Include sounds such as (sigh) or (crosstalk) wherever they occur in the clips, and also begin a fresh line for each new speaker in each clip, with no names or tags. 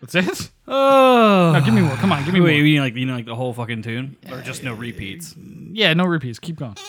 That's it.
Oh,
No, give me more. Come on, give me
wait,
more.
you mean like you know like the whole fucking tune, or just no repeats?
Yeah, no repeats. Keep going. (laughs)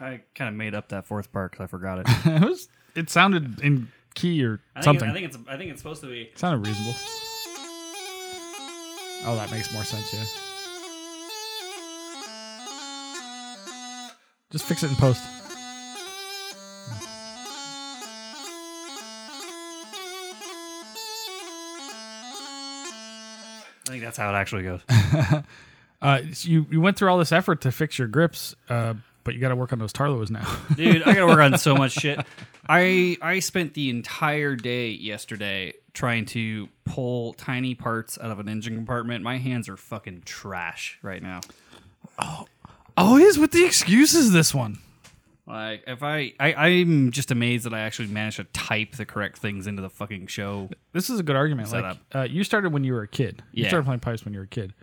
I kind of made up that fourth part because (laughs) I forgot it.
it was. It sounded in key or
I think,
something.
I think it's. I think it's supposed to be.
It sounded reasonable. Oh, that makes more sense. Yeah. Just fix it in post.
I think that's how it actually goes.
Uh, so you you went through all this effort to fix your grips, uh, but you got to work on those Tarlos now. (laughs)
dude i gotta work on so much shit i i spent the entire day yesterday trying to pull tiny parts out of an engine compartment my hands are fucking trash right now
Always Oh, with the excuses. This one.
like if I, I i'm just amazed that i actually managed to type the correct things into the fucking show
This is a good argument. Like
Setup.
uh, you started when you were a kid. You
Yeah.
started playing pipes when you were a kid.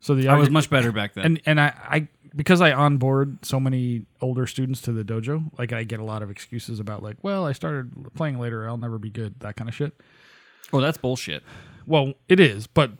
So the
i was
argu-
much better back then
and and I, I because I onboard so many older students to the dojo, like I get a lot of excuses about like, well, I started playing later, I'll never be good, that kind of shit.
oh that's bullshit
Well, it is, but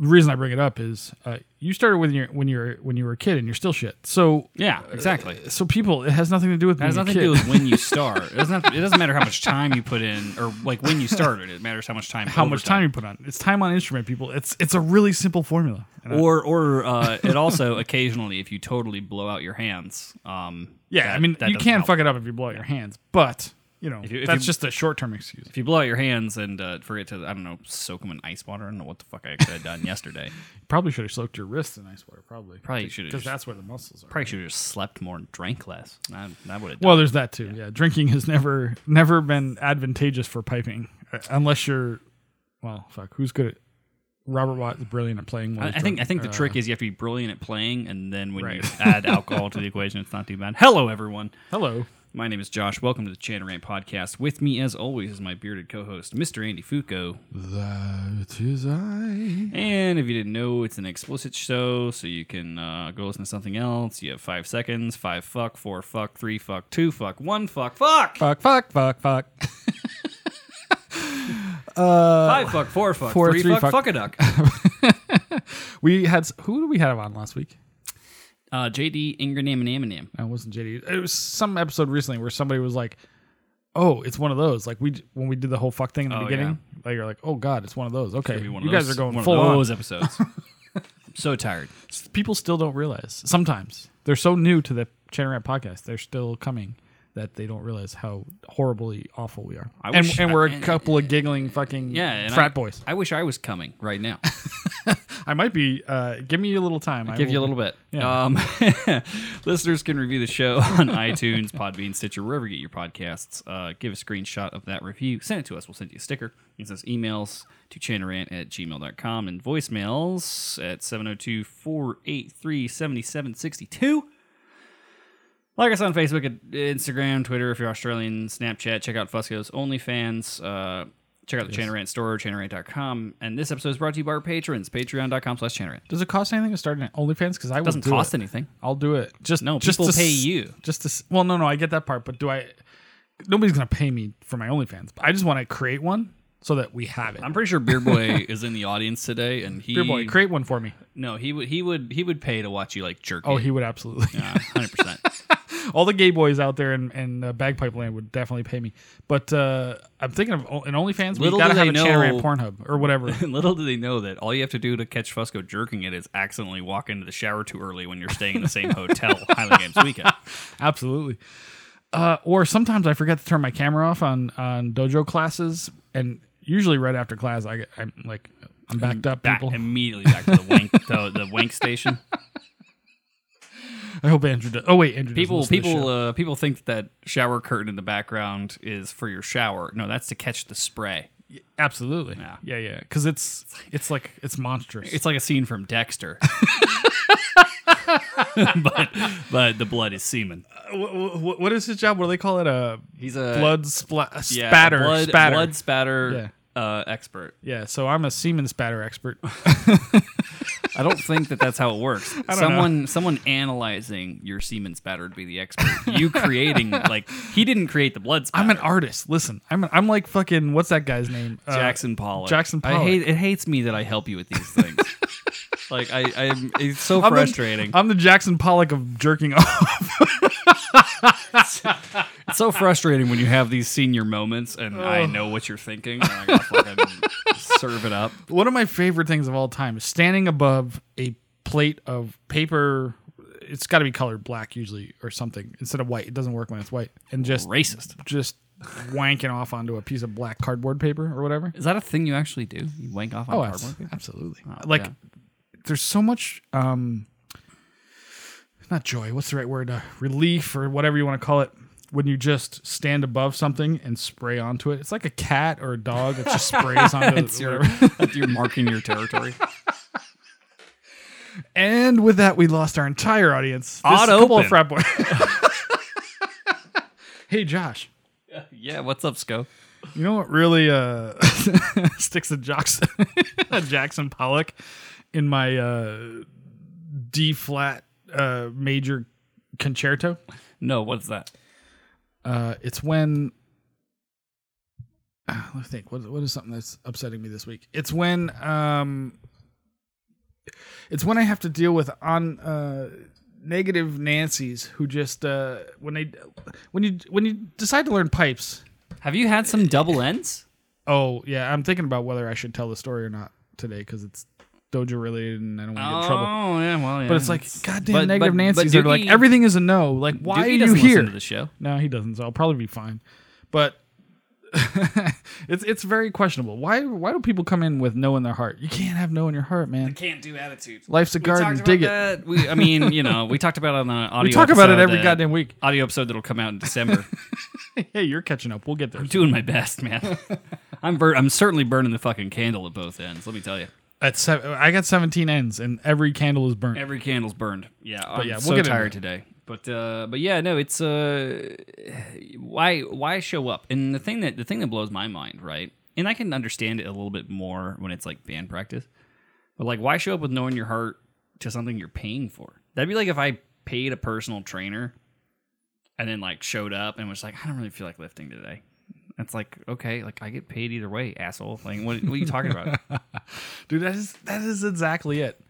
the reason I bring it up is uh, you started when you when you were when you were a kid and you're still shit. So
yeah exactly
so people, it has nothing to do with
it has
being a
nothing to do
kid.
with when you start. It doesn't. Have, it doesn't matter how
(laughs)
much time you put in, or like when you started. It matters how much time.
how much time you put on. It's time on instrument, people. It's it's a really simple formula. And I-
or or uh, (laughs) it also occasionally if you totally blow out your hands. Um,
yeah,
that-
I mean
that
you
doesn't
can
help.
fuck it up if you blow out your hands, but you know
you- if
that's
you-
just a short term excuse.
If you blow out your hands and uh, forget to, I don't know, soak them in ice water. I don't know what the fuck I could have done yesterday.
Probably should have soaked your wrists in ice water. Probably
Probably should have
because
just-
that's where the muscles are.
Probably should have just slept more and drank less. I, I would have.
Well, there's that too. Yeah. drinking has never never been advantageous for piping uh, unless you're well, fuck, who's good at Robert Watt is brilliant at playing.
I,
while he's
I think I
drunk.
think the trick is you have to be brilliant at playing, and then when you
uh, Right. (laughs)
add alcohol to the equation, it's not too bad. Hello, everyone.
hello.
My name is Josh. Welcome to the Chanterant Podcast. With me, as always, is my bearded co-host, Mr. Andy Fuco.
That is I.
And if you didn't know, it's an explicit show, so you can uh, go listen to something else. You have five seconds, five fuck, four fuck, three fuck, two fuck, one fuck, fuck,
Fuck, fuck, fuck, fuck.
five fuck, four fuck,
Uh, Four,
three,
three
fuck,
fuck.
fuck a duck.
We had s- who did we have on last week?
Uh, JD Ingram and Eminem.
No, it wasn't JD. It was some episode recently where somebody was like, "Oh, it's one of those." Like we d- when we did the whole fuck thing in the
Oh,
beginning, like you're like, "Oh God, it's one of those." Okay,
Maybe one
you
of
guys
those-
are going
one
full
of
on.
those
(laughs)
episodes. I'm so tired.
people still don't realize sometimes they're so new to the Channerat podcast they're still coming that they don't realize how horribly awful we are
I
and,
wish-
and we're a
and- uh,
couple of giggling fucking
Yeah, and
frat
I,
boys
I wish I was coming right now.
i might be uh, give me a little time I
Give you a
will-
little bit.
Yeah.
Um, (laughs) listeners can review the show (laughs) on iTunes, Podbean, Stitcher, wherever you get your podcasts. Uh, give a screenshot of that review. Send it to us. We'll send you a sticker. You can send us emails to chanarant at gmail.com and voicemails at 702 483 7762. Like us on Facebook, at Instagram, Twitter. If you're Australian, Snapchat. Check out Fusco's OnlyFans. Uh, check out the Chanarant store, chanarant.com. And this episode is brought to you by our patrons, patreon.com slash chanarant.
does it cost anything to start an OnlyFans? Because I will
Doesn't
do
cost
it.
anything.
I'll do it. Just
No,
just
people
to
pay
s-
you.
Just to s- well, no, no, I get that part, but do I? Nobody's gonna pay me for my OnlyFans. I just want to create one so that we have it.
I'm pretty sure Beer
(laughs)
Boy is in the audience today, and he
Dear boy, create one for me.
no, he would he would he would pay to watch you like jerk. (laughs)
Oh, he would absolutely.
hundred
(laughs)
percent.
all the gay boys out there in, in uh, bagpipe land would definitely pay me. But uh, I'm thinking of o- an OnlyFans. We
Little
gotta
do
have
they
a channel at
know-
Pornhub or
(laughs)
whatever.
Little do they know that all you have to do to catch Fusco jerking it is accidentally
(laughs)
walk into the shower too early when you're staying in the same hotel Highland Games weekend.
Absolutely. Uh, or sometimes I forget to turn my camera off on on dojo classes, and usually right after class, I get- I'm like I'm backed up.
Back
People,
immediately back to the
(laughs)
wank the, the wank station.
I hope Andrew. Does. Oh wait, Andrew. doesn't
People
listen to the
people
show.
uh, people think that that shower curtain in the background is for your shower. No, that's to catch the spray.
absolutely.
Yeah.
Yeah, yeah. Because it's it's like it's monstrous.
It's like a scene from
(laughs)
Dexter. (laughs) but but the blood is semen.
Uh, what, what is his job? What do they call it? Uh, A
He's a
blood spla-
yeah,
spatter.
blood
spatter.
blood spatter uh, expert.
Yeah. So I'm a semen spatter expert.
I don't think that that's how it
(laughs)
works.
know.
someone someone analyzing your semen spatter to be the expert. You
(laughs)
creating like he didn't create the blood spatter.
I'm an artist. Listen, I'm I'm like fucking what's that guy's name? Uh,
Jackson Pollock.
Jackson
I
Pollock.
hate it hates me that I help you with these things. (laughs) like I I'm it's so
I'm the-
frustrating.
I'm the Jackson Pollock of jerking off.
(laughs)
(laughs)
it's so frustrating when you have these senior moments and I know what you're thinking and I gotta
(laughs)
fucking serve it up.
One of my favorite things of all time is standing above a plate of paper. It's got to be colored black usually or something instead of white. It doesn't work when it's white. And just
Racist.
just wanking off onto a piece of black cardboard paper or whatever.
Is that a thing you actually do? You wank off on
Oh,
cardboard?
abs- absolutely. like
Oh, yeah.
there's so much um not joy, what's the right word? Uh, relief or whatever you want to call it when you just stand above something and spray onto it. It's like a cat or a dog that just
(laughs)
sprays onto
That's
it.
your, (laughs) you're marking your territory.
And with that we lost our entire audience. This
Odd
is Couple
open.
of frat boy. (laughs) hey Josh,
yeah, what's up, Sco?
you know what really uh (laughs) sticks a Jackson (laughs) Jackson Pollock in my uh D flat uh major concerto?
No, what's that?
Uh, it's when uh, let me think. What what is something that's upsetting me this week? It's when um, it's when I have to deal with on uh negative Nancy's who just uh when they when you when you decide to learn pipes.
Have you had some double
(laughs)
ends?
Oh yeah, I'm thinking about whether I should tell the story or not today because it's dojo related and I don't want to get in trouble.
Oh yeah, well yeah.
But it's like goddamn
but-
negative
but
Nancy's are like
Dookie-
everything is a no. Like why
Dookie
are you
doesn't
here?
Listen to the show.
No, he doesn't. So I'll probably be fine. But (laughs) it's it's very questionable. Why why do people come in with no in their heart? You can't have no in your heart, man.
Can't do attitude.
Life's a garden. Dig it.
it. We, I
(laughs)
mean, you know, we talked about it on the audio.
We talk about it
episode,
every
uh,
goddamn week.
audio episode that'll come out in
(laughs)
December.
Hey, you're catching up. We'll get there.
I'm doing my best, (laughs) man. I'm bur- I'm certainly burning the fucking candle at both ends. Let me tell you,
At seven, I got 17 ends, and every candle is burnt.
every candle's burned. Yeah, I'm
yeah, we'll
so
get into
tired
it.
today. But uh, but yeah, no, it's uh, why why show up? And the thing that the thing that blows my mind, right? And I can understand it a little bit more when it's like band practice. But like, why show up with knowing your heart to something you're paying for? That'd be like if I paid a personal trainer and then like showed up and was like, I don't really feel like lifting today. It's like okay, like I get paid either way, asshole. Like, what, what are you talking
(laughs)
about?
Dude, that is that is exactly it.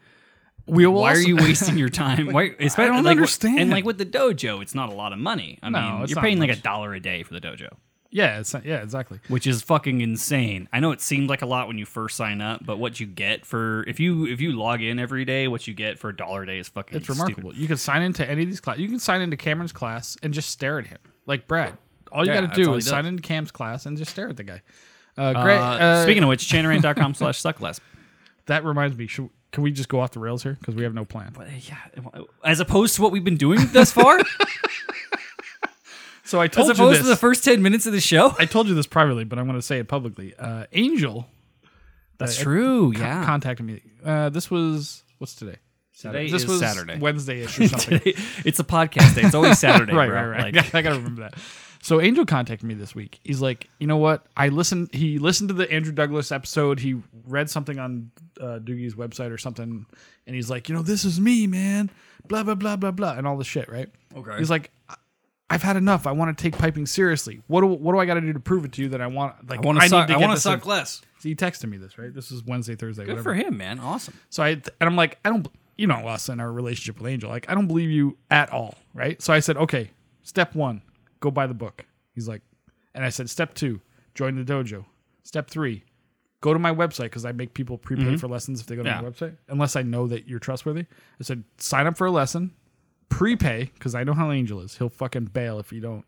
We will
Why are
also-
you wasting your time? (laughs) Why, especially,
don't
like,
understand.
And like with the dojo, it's not a lot of money. I
No,
mean,
it's
you're
not
paying like
much.
a dollar a day for the dojo,
Yeah, it's, yeah, exactly.
which is fucking insane. I know it seemed like a lot when you first sign up, but what you get for if you if you log in every day, what you get for a dollar a day is fucking Uh,
It's remarkable. You can sign into any of these classes. You can sign into Cameron's class and just stare at him, like Brad. All you
Yeah,
got
that's
to do
all he
is
does.
sign into Cam's class and just stare at the guy. Uh,
Uh,
great. uh,
speaking of which, chanarant.com
(laughs)
slash suckless.
that reminds me. Should, can we just go off the rails here because we have no plan?
Uh, Yeah, as opposed to what we've been doing thus
(laughs)
far,
So I
as
told you
opposed
this.
to the first ten minutes of the show. (laughs)
I told you this privately, but I'm going to say it publicly. Uh, Angel uh,
That's true.
con-
Yeah.
contacted me. Uh, this was what's today?
Today
This
is
was
Saturday.
Wednesday-ish
(laughs)
or something.
it's a podcast day. It's always Saturday,
(laughs) right,
bro.
right, right.
Like,
I gotta remember that. So Angel contacted me this week. He's like, you know what? I listened. He listened to the Andrew Douglas episode. He read something on uh, Doogie's website or something, and he's like, you know, this is me, man. Blah blah blah blah blah, and all this shit, right?
Okay.
He's like. "I- I've had enough. I want to take piping seriously. What do, what do I got to do to prove it to you that I want like
I want to suck. I
get
want to
this in."
suck less.
So he texted me this right. This is Wednesday, Thursday,
Good
whatever.
for him, man. Awesome.
So I and I'm like, I don't, you know, us and our relationship with Angel, like I don't believe you at all, right? So I said, okay, step one, go buy the book. He's like, and I said, step two, join the dojo. Step three, go to my website because I make people prepay for lessons if they go to
Mm-hmm. Yeah.
my website, unless I know that you're trustworthy. I said, sign up for a lesson, prepay because I know how Angel is. He'll fucking bail if you don't.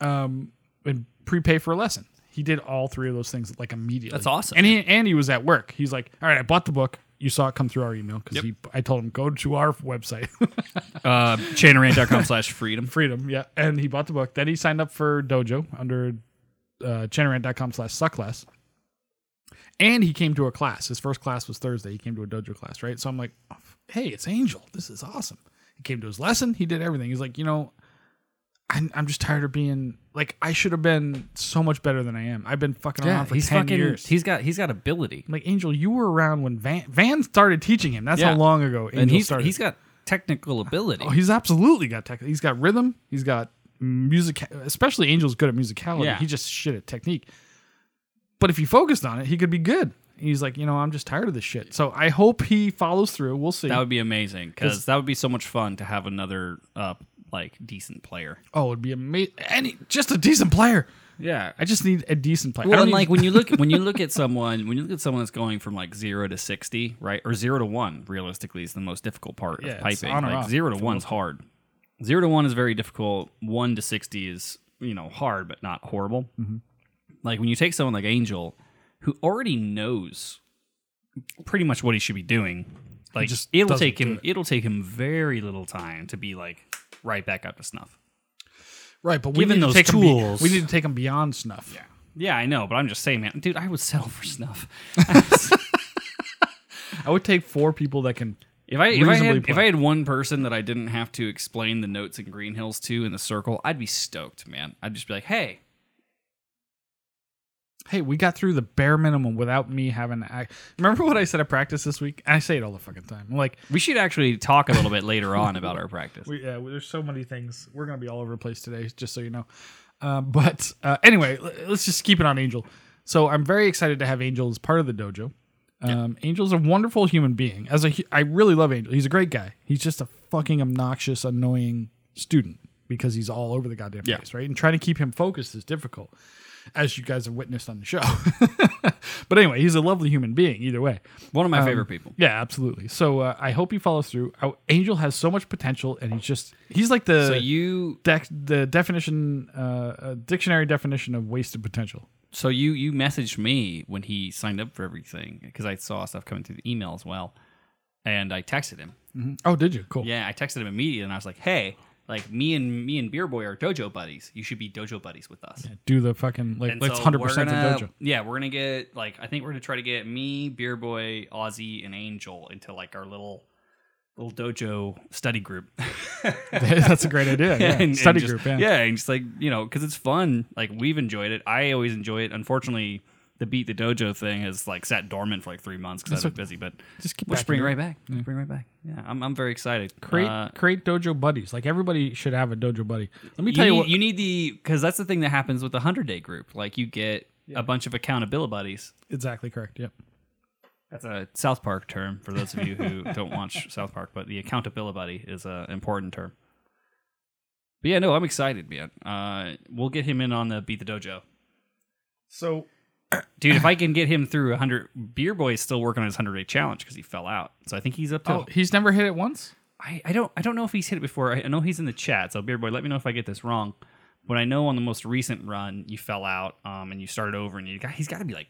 um, and prepay for a lesson. He did all three of those things like immediately.
That's awesome.
And he and he was at work. He's like, all right, I bought the book. You saw it come through our email because he. I told him go to our website, (laughs)
Uh, Chanarant.com slash (laughs) freedom.
Freedom. Yeah, and he bought the book. Then he signed up for Dojo under uh, Chanarant.com slash suckclass. And he came to a class. His first class was Thursday. He came to a dojo class, right? So I'm like, hey, it's Angel. This is awesome. He came to his lesson. He did everything. He's like, you know, I'm, I'm just tired of being like I should have been so much better than I am. I've been fucking around for
he's
ten
fucking.
years.
He's got he's got ability,
I'm like Angel, you were around when Van Van started teaching him. That's
Yeah.
how long ago Angel
and he's
started.
he's got
(laughs)
technical ability.
Oh, he's absolutely got tech. He's got rhythm. He's got music. Especially Angel's good at musicality.
Yeah.
He just shit at technique. But if he focused on it, he could be good. He's like, you know, I'm just tired of this shit. So I hope he follows through. We'll see.
that would be amazing because that would be so much fun to have another uh like decent player.
oh, it'd be amazing. Any just a decent player.
Yeah,
I just need a decent player. I
Well,
don't
and
need-
like when you look when you look
(laughs)
at someone when you look at someone that's going from like zero to sixty, right, or zero to one, realistically, is the most difficult part
Yeah,
of
it's
piping.
on or
Like
off
zero to one's hard. Zero to one is very difficult. One to sixty is you know hard but not horrible.
Mm-hmm.
Like when you take someone like Angel, who already knows pretty much what he should be doing, like
just
it'll
doesn't
take
do
him it. will take him very little time to be like right back up to snuff.
right, but we
given
need to
those
take 'em be-
tools-
we need to take him beyond snuff. Yeah.
Yeah, I know, but I'm just saying, man, dude, I would settle for snuff.
I would take four people that can.
If I if I,
reasonably
had, if
play.
I had one person that I didn't have to explain the notes in Green Hills to in the circle, I'd be stoked, man. I'd just be like, hey,
Hey, we got through the bare minimum without me having to act. Remember what I said at practice this week? I say it all the fucking time. I'm like,
we should actually talk a little bit later (laughs) on about our practice.
We, yeah, there's so many things. We're gonna be all over the place today, just so you know. Uh, but uh, anyway, l- let's just keep it on Angel. So I'm very excited to have Angel as part of the dojo. Um, Angel's a wonderful human being. As a, hu- I really love Angel. He's a great guy. He's just a fucking obnoxious, annoying student because he's all over the goddamn
Yeah.
place, right? And trying to keep him focused is difficult, as you guys have witnessed on the show. (laughs) but anyway, he's a lovely human being either way.
One of my favorite people.
Um, Yeah, absolutely. So uh, I hope he follows through. Oh, Angel has so much potential, and he's just—he's like the
So you
dec- the definition, uh, uh, dictionary definition of wasted potential.
so you you messaged me when he signed up for everything because I saw stuff coming through the email as well, and I texted him.
Oh, did you? Cool.
Yeah, I texted him immediately, and I was like, hey, like me and me and Beer Boy are dojo buddies. You should be dojo buddies with us.
Do the fucking like
And
let's
so
hundred
we're
percent the
gonna-
dojo.
Yeah, we're gonna get like I think we're gonna try to get me, Beer Boy, Ozzy, and Angel into like our little little dojo study
(laughs)
group. (laughs)
That's a great idea. Yeah. Study
just-
group. Yeah.
and just like you know, because it's fun. Like we've enjoyed it. I always enjoy it. Unfortunately, the beat the dojo thing has like sat dormant for like three months because I've been busy. But
Just keep
we'll
back
just bring it
into
right back. Bring it right back. Yeah, I'm I'm very excited.
Create
Uh,
create dojo buddies. Like everybody should have a dojo buddy. Let me tell
you,
you,
need,
what.
you need the because that's the thing that happens with the hundred day group. Like you get a bunch of accountability buddies.
exactly correct. Yep.
That's a South Park term for those of you (laughs) who don't watch South Park, but the accountability buddy is an important term. But yeah, no, I'm excited, man. Uh, we'll get him in on the Beat the Dojo.
So
Dude, if I can get him through 100, Beer Boy is still working on his 100 day challenge because he fell out. So I think he's up to.
oh, he's never hit it once.
I, I don't I don't know if he's hit it before. I, I know he's in the chat. So Beer Boy, let me know if I get this wrong. But I know on the most recent run, you fell out um, and you started over, and you got, he's got to be like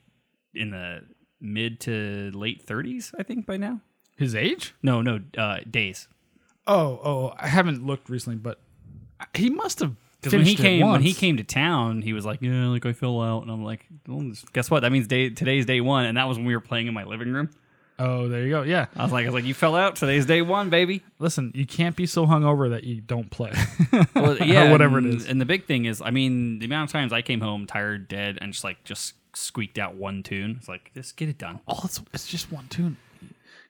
in the mid to late 30s, I think, by now.
His age?
No, no, uh, days.
Oh, oh, I haven't looked recently, but he must have.
Because when he
finished it
came when he
once.
came to town, he was like, "Yeah, like I fell out," and I'm like, well, "Guess what? That means day today's day one." And that was when we were playing in my living room.
Oh, there you go. Yeah.
I was like, "I was like, you fell out. Today's day one, baby."
(laughs) Listen, you can't be so hungover that you don't play. (laughs)
Well, yeah,
whatever it
and,
is.
And the big thing is, I mean, the amount of times I came home tired, dead, and just like just squeaked out one tune. It's like, just get it done.
oh, it's, it's just one tune.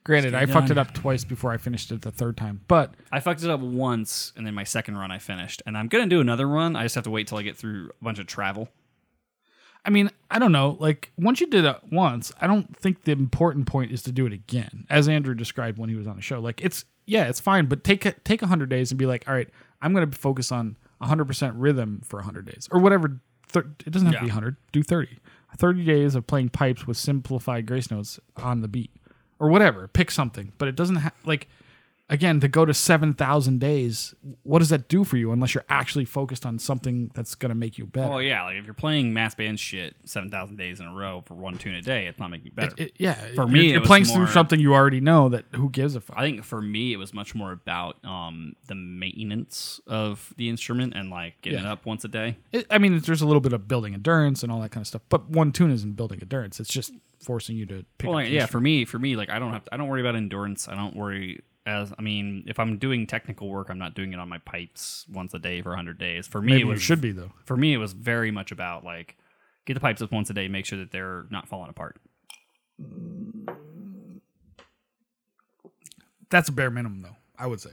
Granted,
Just get
I
it
fucked it
done.
up twice before I finished it the third time, but
I fucked it up once, and then my second run I finished, and I'm gonna do another run. I just have to wait till I get through a bunch of travel.
I mean, I don't know. Like once you did it once, I don't think the important point is to do it again, as Andrew described when he was on the show. Like it's yeah, it's fine, but take a, take hundred days and be like, all right, I'm gonna focus on hundred percent rhythm for hundred days or whatever. Thir- it doesn't have to be hundred. Do thirty. Thirty days of playing pipes with simplified grace notes on the beat or whatever. Pick something, but it doesn't have like again, to go to 7,000 days, what does that do for you unless you're actually focused on something that's going to make you better?
Oh yeah, like if you're playing mass band shit seven thousand days in a row for one tune a day, it's not making you better.
It- yeah.
For
you're-
me, it
you're
was
playing
more-
through something you already know that who gives a fuck.
I think for me, it was much more about um, the maintenance of the instrument and like getting it
Yeah.
up once a day.
It, I mean, there's a little bit of building endurance and all that kind of stuff, but one tune isn't building endurance. It's just forcing you to pick
Well,
up. the
yeah,
instrument.
for me, for me, like I don't have, to, I don't worry about endurance. I don't worry as, I mean, if I'm doing technical work, I'm not doing it on my pipes once a day for 100 days. For me,
Maybe
it
you
was
should be though.
for me, it was very much about like get the pipes up once a day, make sure that they're not falling apart.
That's a bare minimum though. I would say.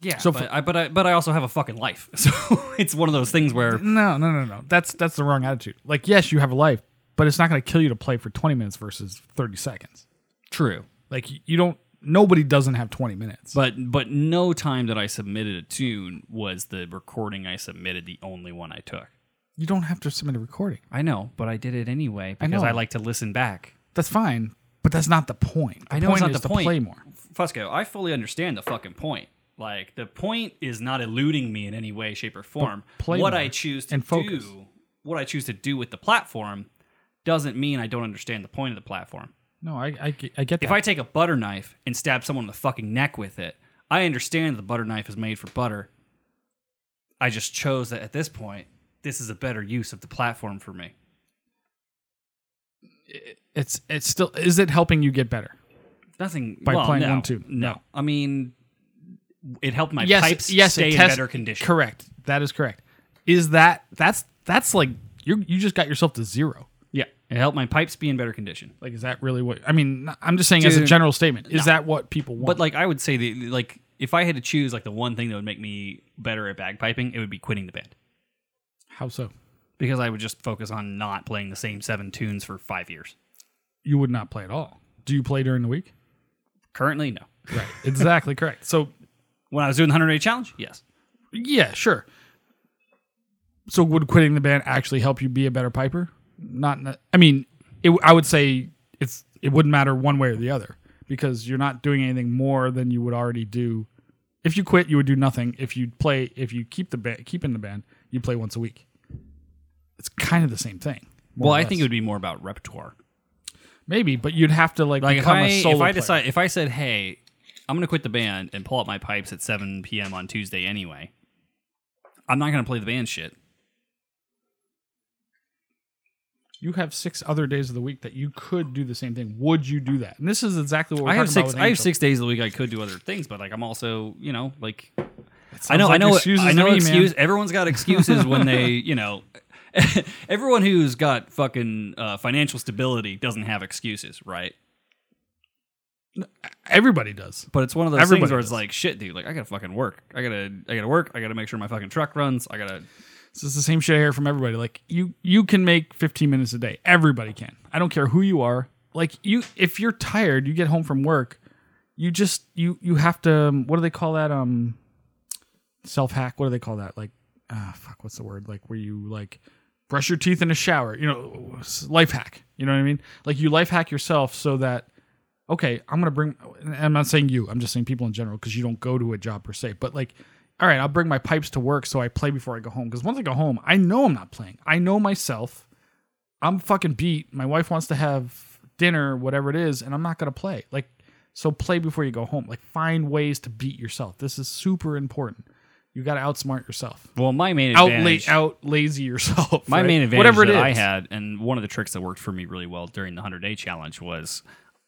Yeah. So,
So
but,
for-
I, but I, but I also have a fucking life, (laughs) so it's one of those things where
No, no, no, no. That's that's the wrong attitude. Like, yes, you have a life, but it's not going to kill you to play for 20 minutes versus 30 seconds.
true.
Like, you- you don't. Nobody doesn't have 20 minutes.
But but no time that I submitted a tune was the recording I submitted the only one I took.
you don't have to submit a recording.
I know, but I did it anyway because
know.
I, like to listen back.
That's fine, but that's not the point. The
I know it's
point
not
is
the
to
point.
play more.
Fusco, I fully understand the fucking point. Like the point is not eluding me in any way, shape, or form.
play
what
more
I choose to
and focus.
do, what I choose to do with the platform, doesn't mean I don't understand the point of the platform.
No, I I, get- I get that.
If I take a butter knife and stab someone in the fucking neck with it, I understand the butter knife is made for butter. I just chose that at this point, this is a better use of the platform for me.
it's it's still is it helping you get better?
Nothing
By
well,
playing
no,
one tune.
No, I mean, it helped my
yes,
pipes
yes,
stay
it
in
tests-
better condition.
Correct. That is correct. Is that that's that's like you you just got yourself to zero.
Yeah, it helped my pipes be in better condition.
Like, is that really what? I mean, I'm just saying as a
Dude,
general statement. Is that what people want?
But like, I would say the like, if I had to choose like the one thing that would make me better at bagpiping, it would be quitting the band
How so?
because I would just focus on not playing the same seven tunes for five years.
You would not play at all. Do you play during
(laughs)
the week?
Currently, no.
Right. exactly correct. So
When I was doing the hundred day challenge, yes.
yeah, sure. So would quitting the band actually help you be a better piper? Not. ne- I mean, it, I would say it's it wouldn't matter one way or the other because you're not doing anything more than you would already do. If you quit, you would do nothing. If you play, if you keep the band, keep in the band, you play once a week. It's kind of the same thing. more
Well,
or
I
less.
think it would be more about repertoire.
Maybe, but you'd have to like,
Like if
become
I,
a solo
if I
player.
decide if I said, hey, I'm gonna quit the band and pull out my pipes at 7 p.m. on Tuesday anyway, I'm not gonna play the band shit.
you have six other days of the week that you could do the same thing. Would you do that? And this is exactly what we're
I have
talking
six.
about.
I have six days of the week I could do other things, but like I'm also, you know, like
six.
I know, I know,
Excuses
I
to
know.
me, man.
excuse. Everyone's got excuses when
(laughs)
they, you know, (laughs) everyone who's got fucking uh, financial stability doesn't have excuses, right?
Everybody does.
But it's one of those things
Everybody
where it's
does.
like, shit, dude. Like I gotta fucking work. I gotta, I gotta work. I gotta make sure my fucking truck runs. I gotta.
It's just the same shit I hear from everybody. Like you, you can make 15 minutes a day. Everybody can. I don't care who you are. Like you, if you're tired, you get home from work. You just you you have to. um, What do they call that? Um, self hack. What do they call that? Like, ah, fuck. What's the word? Like where you like brush your teeth in a shower. You know, s- life hack. You know what I mean? Like you life hack yourself so that okay, I'm gonna bring. And I'm not saying you. I'm just saying people in general because you don't go to a job per se. But like, all right, I'll bring my pipes to work so I play before I go home. Because once I go home, I know I'm not playing. I know myself. I'm fucking beat. My wife wants to have dinner, whatever it is, and I'm not gonna play. Like, so play before you go home. Like, find ways to beat yourself. This is super important. You gotta outsmart yourself.
Well, my main
Out
advantage,
late, out lazy yourself.
my
right?
main advantage
whatever
that
it is.
I had, and one of the tricks that worked for me really well during the hundred day challenge was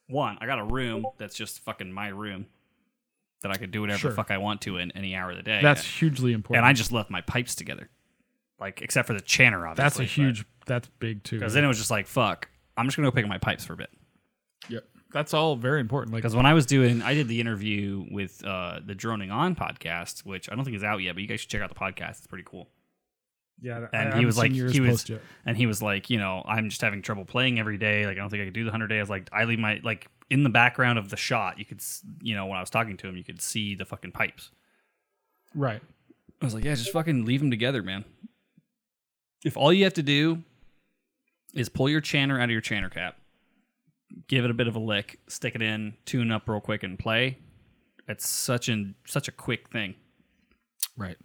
one, I got a room that's just fucking my room that I could do whatever
Sure.
the fuck I want to in any hour of the day.
That's hugely important.
and I just left my pipes together, like except for the chanter. Obviously,
that's a huge. That's big too.
because then it was just like fuck. I'm just gonna go pick up my pipes for a bit.
Yep. That's all very important. Like
Because when I was doing, I did the interview with uh, the Droning On podcast, which I don't think is out yet, but you guys should check out the podcast. It's pretty cool.
Yeah, I- I
and he
haven't
was like
seen yours
he was
post yet.
and he was like you know i'm just having trouble playing every day like i don't think i could do the 100 days like i leave my like in the background of the shot you could s- you know when i was talking to him you could see the fucking pipes
right.
i was like yeah just fucking leave them together man if all you have to do is pull your chanter out of your chanter cap give it a bit of a lick stick it in tune up real quick and play It's such an such a quick thing.
Right.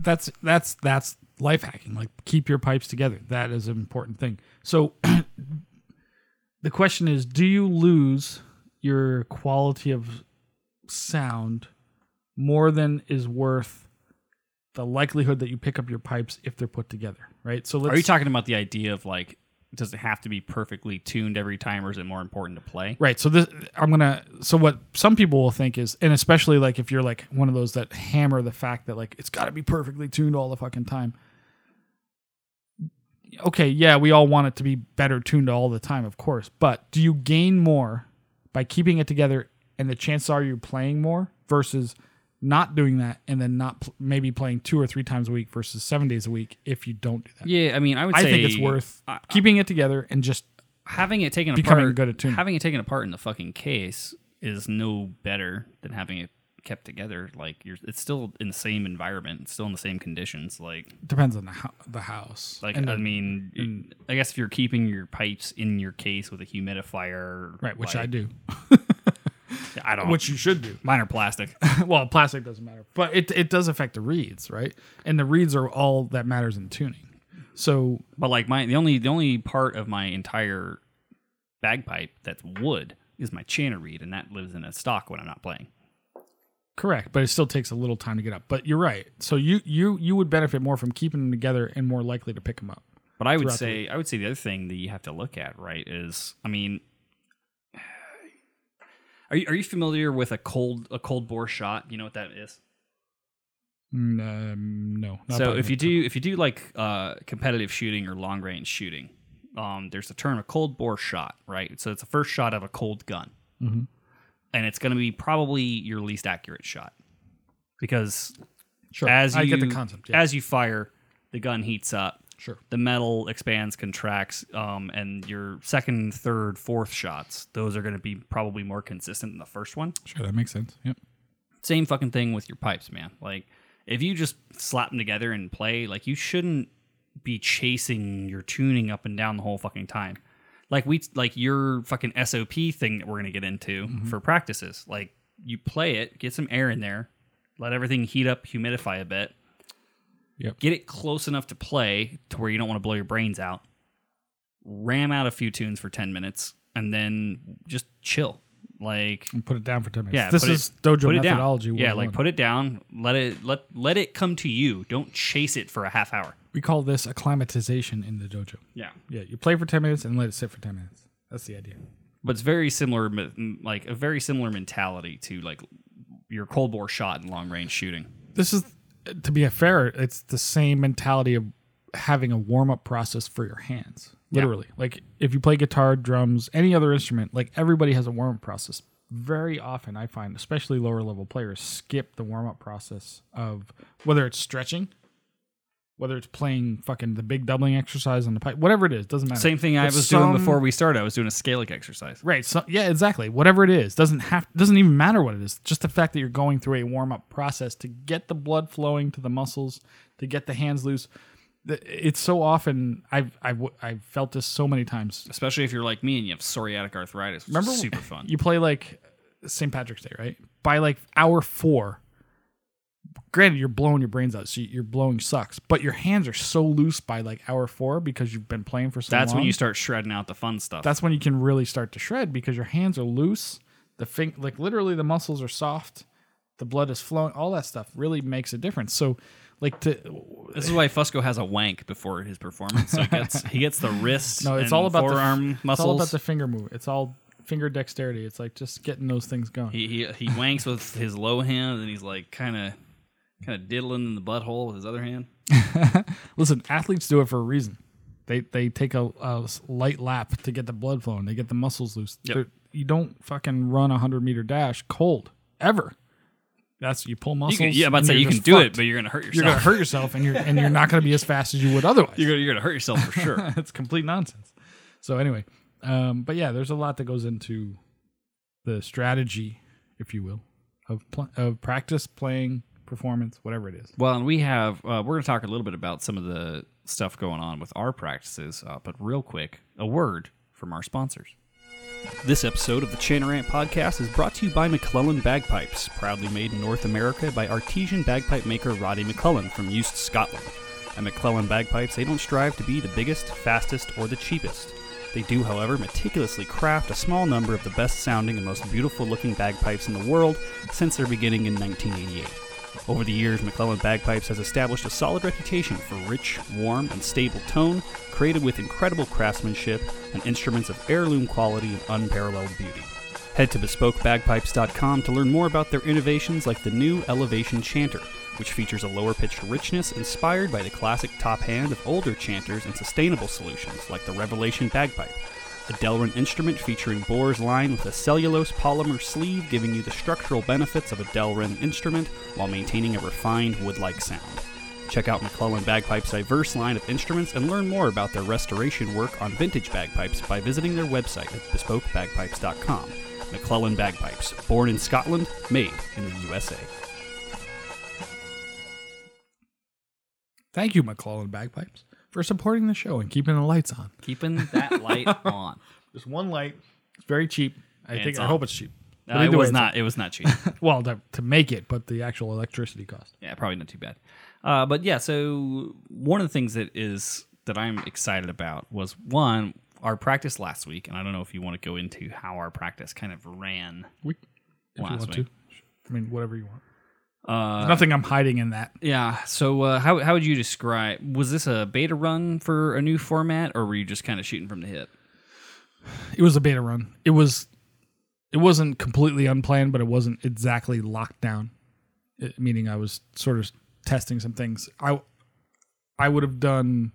That's that's that's life hacking. Like keep your pipes together. That is an important thing. So (clears throat) the question is, do you lose your quality of sound more than is worth the likelihood that you pick up your pipes if they're put together, right? So let's
Are you talking about the idea of like does it have to be perfectly tuned every time or is it more important to play?
Right. So this I'm gonna so what some people will think is and especially like if you're like one of those that hammer the fact that like it's gotta be perfectly tuned all the fucking time. Okay, yeah, we all want it to be better tuned all the time, of course. But do you gain more by keeping it together and the chances are you're playing more versus not doing that and then not pl- maybe playing two or three times a week versus seven days a week if you don't do that?
Yeah, I mean, I would
I
say
think it's worth
I-
keeping it together and just
having it taken
Becoming
apart.
good at tuning.
Having it taken apart in the fucking case is no better than having it kept together. Like you're, it's still in the same environment, it's still in the same conditions. Like,
depends on the, ho- the house.
like
and
I
the-
mean, I guess if you're keeping your pipes in your case with a humidifier,
right, which I
like-
do.
I don't.
which you should do.
mine are plastic.
(laughs) well, plastic doesn't matter, but it it does affect the reeds, right? And the reeds are all that matters in tuning. So
But like my the only the only part of my entire bagpipe that's wood is my channel reed, and that lives in a stock when I'm not playing.
correct, but it still takes a little time to get up. But you're right. So you you you would benefit more from keeping them together and more likely to pick them up.
But I would
throughout the
say I would say the other thing that you have to look at, right, is I mean (sighs) are you, are you familiar with a cold a cold bore shot? You know what that is?
Mm, um, no. not
so
probably.
if you do if you do like uh, competitive shooting or long range shooting, um, there's a term a cold bore shot, right? So it's the first shot of a cold gun,
Mhm.
and it's going to be probably your least accurate shot because
sure,
as you
I get the concept, yeah,
as you fire, the gun heats up.
sure,
the metal expands, contracts, um, and your second, third, fourth shots, those are going to be probably more consistent than the first one.
sure, that makes sense. Yep.
Same fucking thing with your pipes, man. Like, if you just slap them together and play, like, you shouldn't be chasing your tuning up and down the whole fucking time. Like, we, like, your fucking SOP thing that we're going to get into for practices. Like, you play it, get some air in there, let everything heat up, humidify a bit,
Yep.
get it close enough to play to where you don't want to blow your brains out. Ram out a few tunes for 10 minutes and then just chill. Like
And put it down for ten minutes.
yeah,
this
put it-
is dojo
put it down.
methodology.
Yeah, like
101.
put it down, let it let let it come to you. Don't chase it for a half hour.
we call this acclimatization in the dojo.
Yeah.
Yeah, you play for ten minutes and let it sit for ten minutes. That's the idea.
But it's very similar me- m- like a very similar mentality to like your cold bore shot and long range shooting.
this is to be fair it's the same mentality of having a warm-up process for your hands literally like if you play guitar drums any other instrument like everybody has a warm-up process very often i find especially lower level players skip the warm-up process of whether it's stretching whether it's playing fucking the big doubling exercise on the pipe whatever it is doesn't matter
Same thing I
But
was
some-
doing before we started. I was doing a scalic exercise.
Right. So yeah, exactly. Whatever it is doesn't have doesn't even matter what it is. Just the fact that you're going through a warm up process to get the blood flowing to the muscles, to get the hands loose. Th- It's so often I've I've w- I've felt this so many times.
Especially if you're like me and you have psoriatic arthritis, which
Remember
is super fun.
You play like St. Patrick's Day, right? By like hour four. Granted, you're blowing your brains out, so your blowing sucks. But your hands are so loose by like hour four because you've been playing for so long.
That's when you start shredding out the fun stuff.
that's when you can really start to shred because your hands are loose the fing like literally the muscles are soft the blood is flowing all that stuff really makes a difference so like to
This is why Fusco has a wank before his performance. So he gets he gets the wrist.
(laughs) no it's
and
all about
forearm
the, it's
muscles.
all about the finger move it's all finger dexterity it's like just getting those things going
he, he he wanks with his low hand, and he's like kind of kind of diddling in the butthole with his other hand.
listen athletes do it for a reason they they take a, a s- light lap to get the blood flowing they get the muscles loose
Yep.
They're- you don't fucking run a 100 meter dash cold ever that's you pull muscles
You can, yeah, I'm about to
and
say
you're
you can
just
do it,
fucked.
but you're gonna hurt yourself.
you're gonna hurt yourself and you're and you're not gonna be as fast as you would otherwise.
(laughs) You're gonna, you're gonna hurt yourself for sure.
(laughs) That's complete nonsense. So anyway, um, but yeah, there's a lot that goes into the strategy, if you will, of pl- of practice, playing, performance, whatever it is.
(laughs) Well, and we have uh, we're going to talk a little bit about some of the stuff going on with our practices, uh, but real quick, a word from our sponsors. This episode of the Chanarant Podcast is brought to you by McClellan Bagpipes, proudly made in North America by artesian bagpipe maker Roddy McClellan from Eust, Scotland. At McClellan Bagpipes, they don't strive to be the biggest, fastest, or the cheapest. They do, however, meticulously craft a small number of the best sounding and most beautiful looking bagpipes in the world since their beginning in 1988. Over the years, McClellan Bagpipes has established a solid reputation for rich, warm, and stable tone, created with incredible craftsmanship and instruments of heirloom quality and unparalleled beauty. Head to bespokebagpipes.com to learn more about their innovations like the new Elevation Chanter, which features a lower pitched richness inspired by the classic top hand of older chanters and sustainable solutions like the Revelation Bagpipe a Delrin instrument featuring Bohr's line with a cellulose polymer sleeve giving you the structural benefits of a Delrin instrument while maintaining a refined wood like sound. Check out McClellan Bagpipes' diverse line of instruments and learn more about their restoration work on vintage bagpipes by visiting their website at bespokebagpipes.com. McClellan Bagpipes, born in Scotland, made in the USA.
Thank you, McClellan Bagpipes, for supporting the show and keeping the lights on.
Keeping that (laughs) light on.
There's one light. It's very cheap. I
it's
think. I
on.
hope it's cheap.
Uh,
But
it
either way,
was
it's-
not. It was not cheap.
Well, to, to make it, but the actual electricity cost.
Yeah, probably not too bad. Uh, but yeah, so one of the things that is that I'm excited about was one our practice last week, and I don't know if you want to go into how our practice kind of ran
We, if you
last
want
week.
to. I mean, whatever you want.
Uh,
There's nothing I'm hiding in that.
yeah. So uh, how how would you describe? Was this a beta run for a new format, or were you just kind of shooting from the hip?
It was a beta run. It was. It wasn't completely unplanned, but it wasn't exactly locked down. It- meaning, I was sort of testing some things. I, I would have done.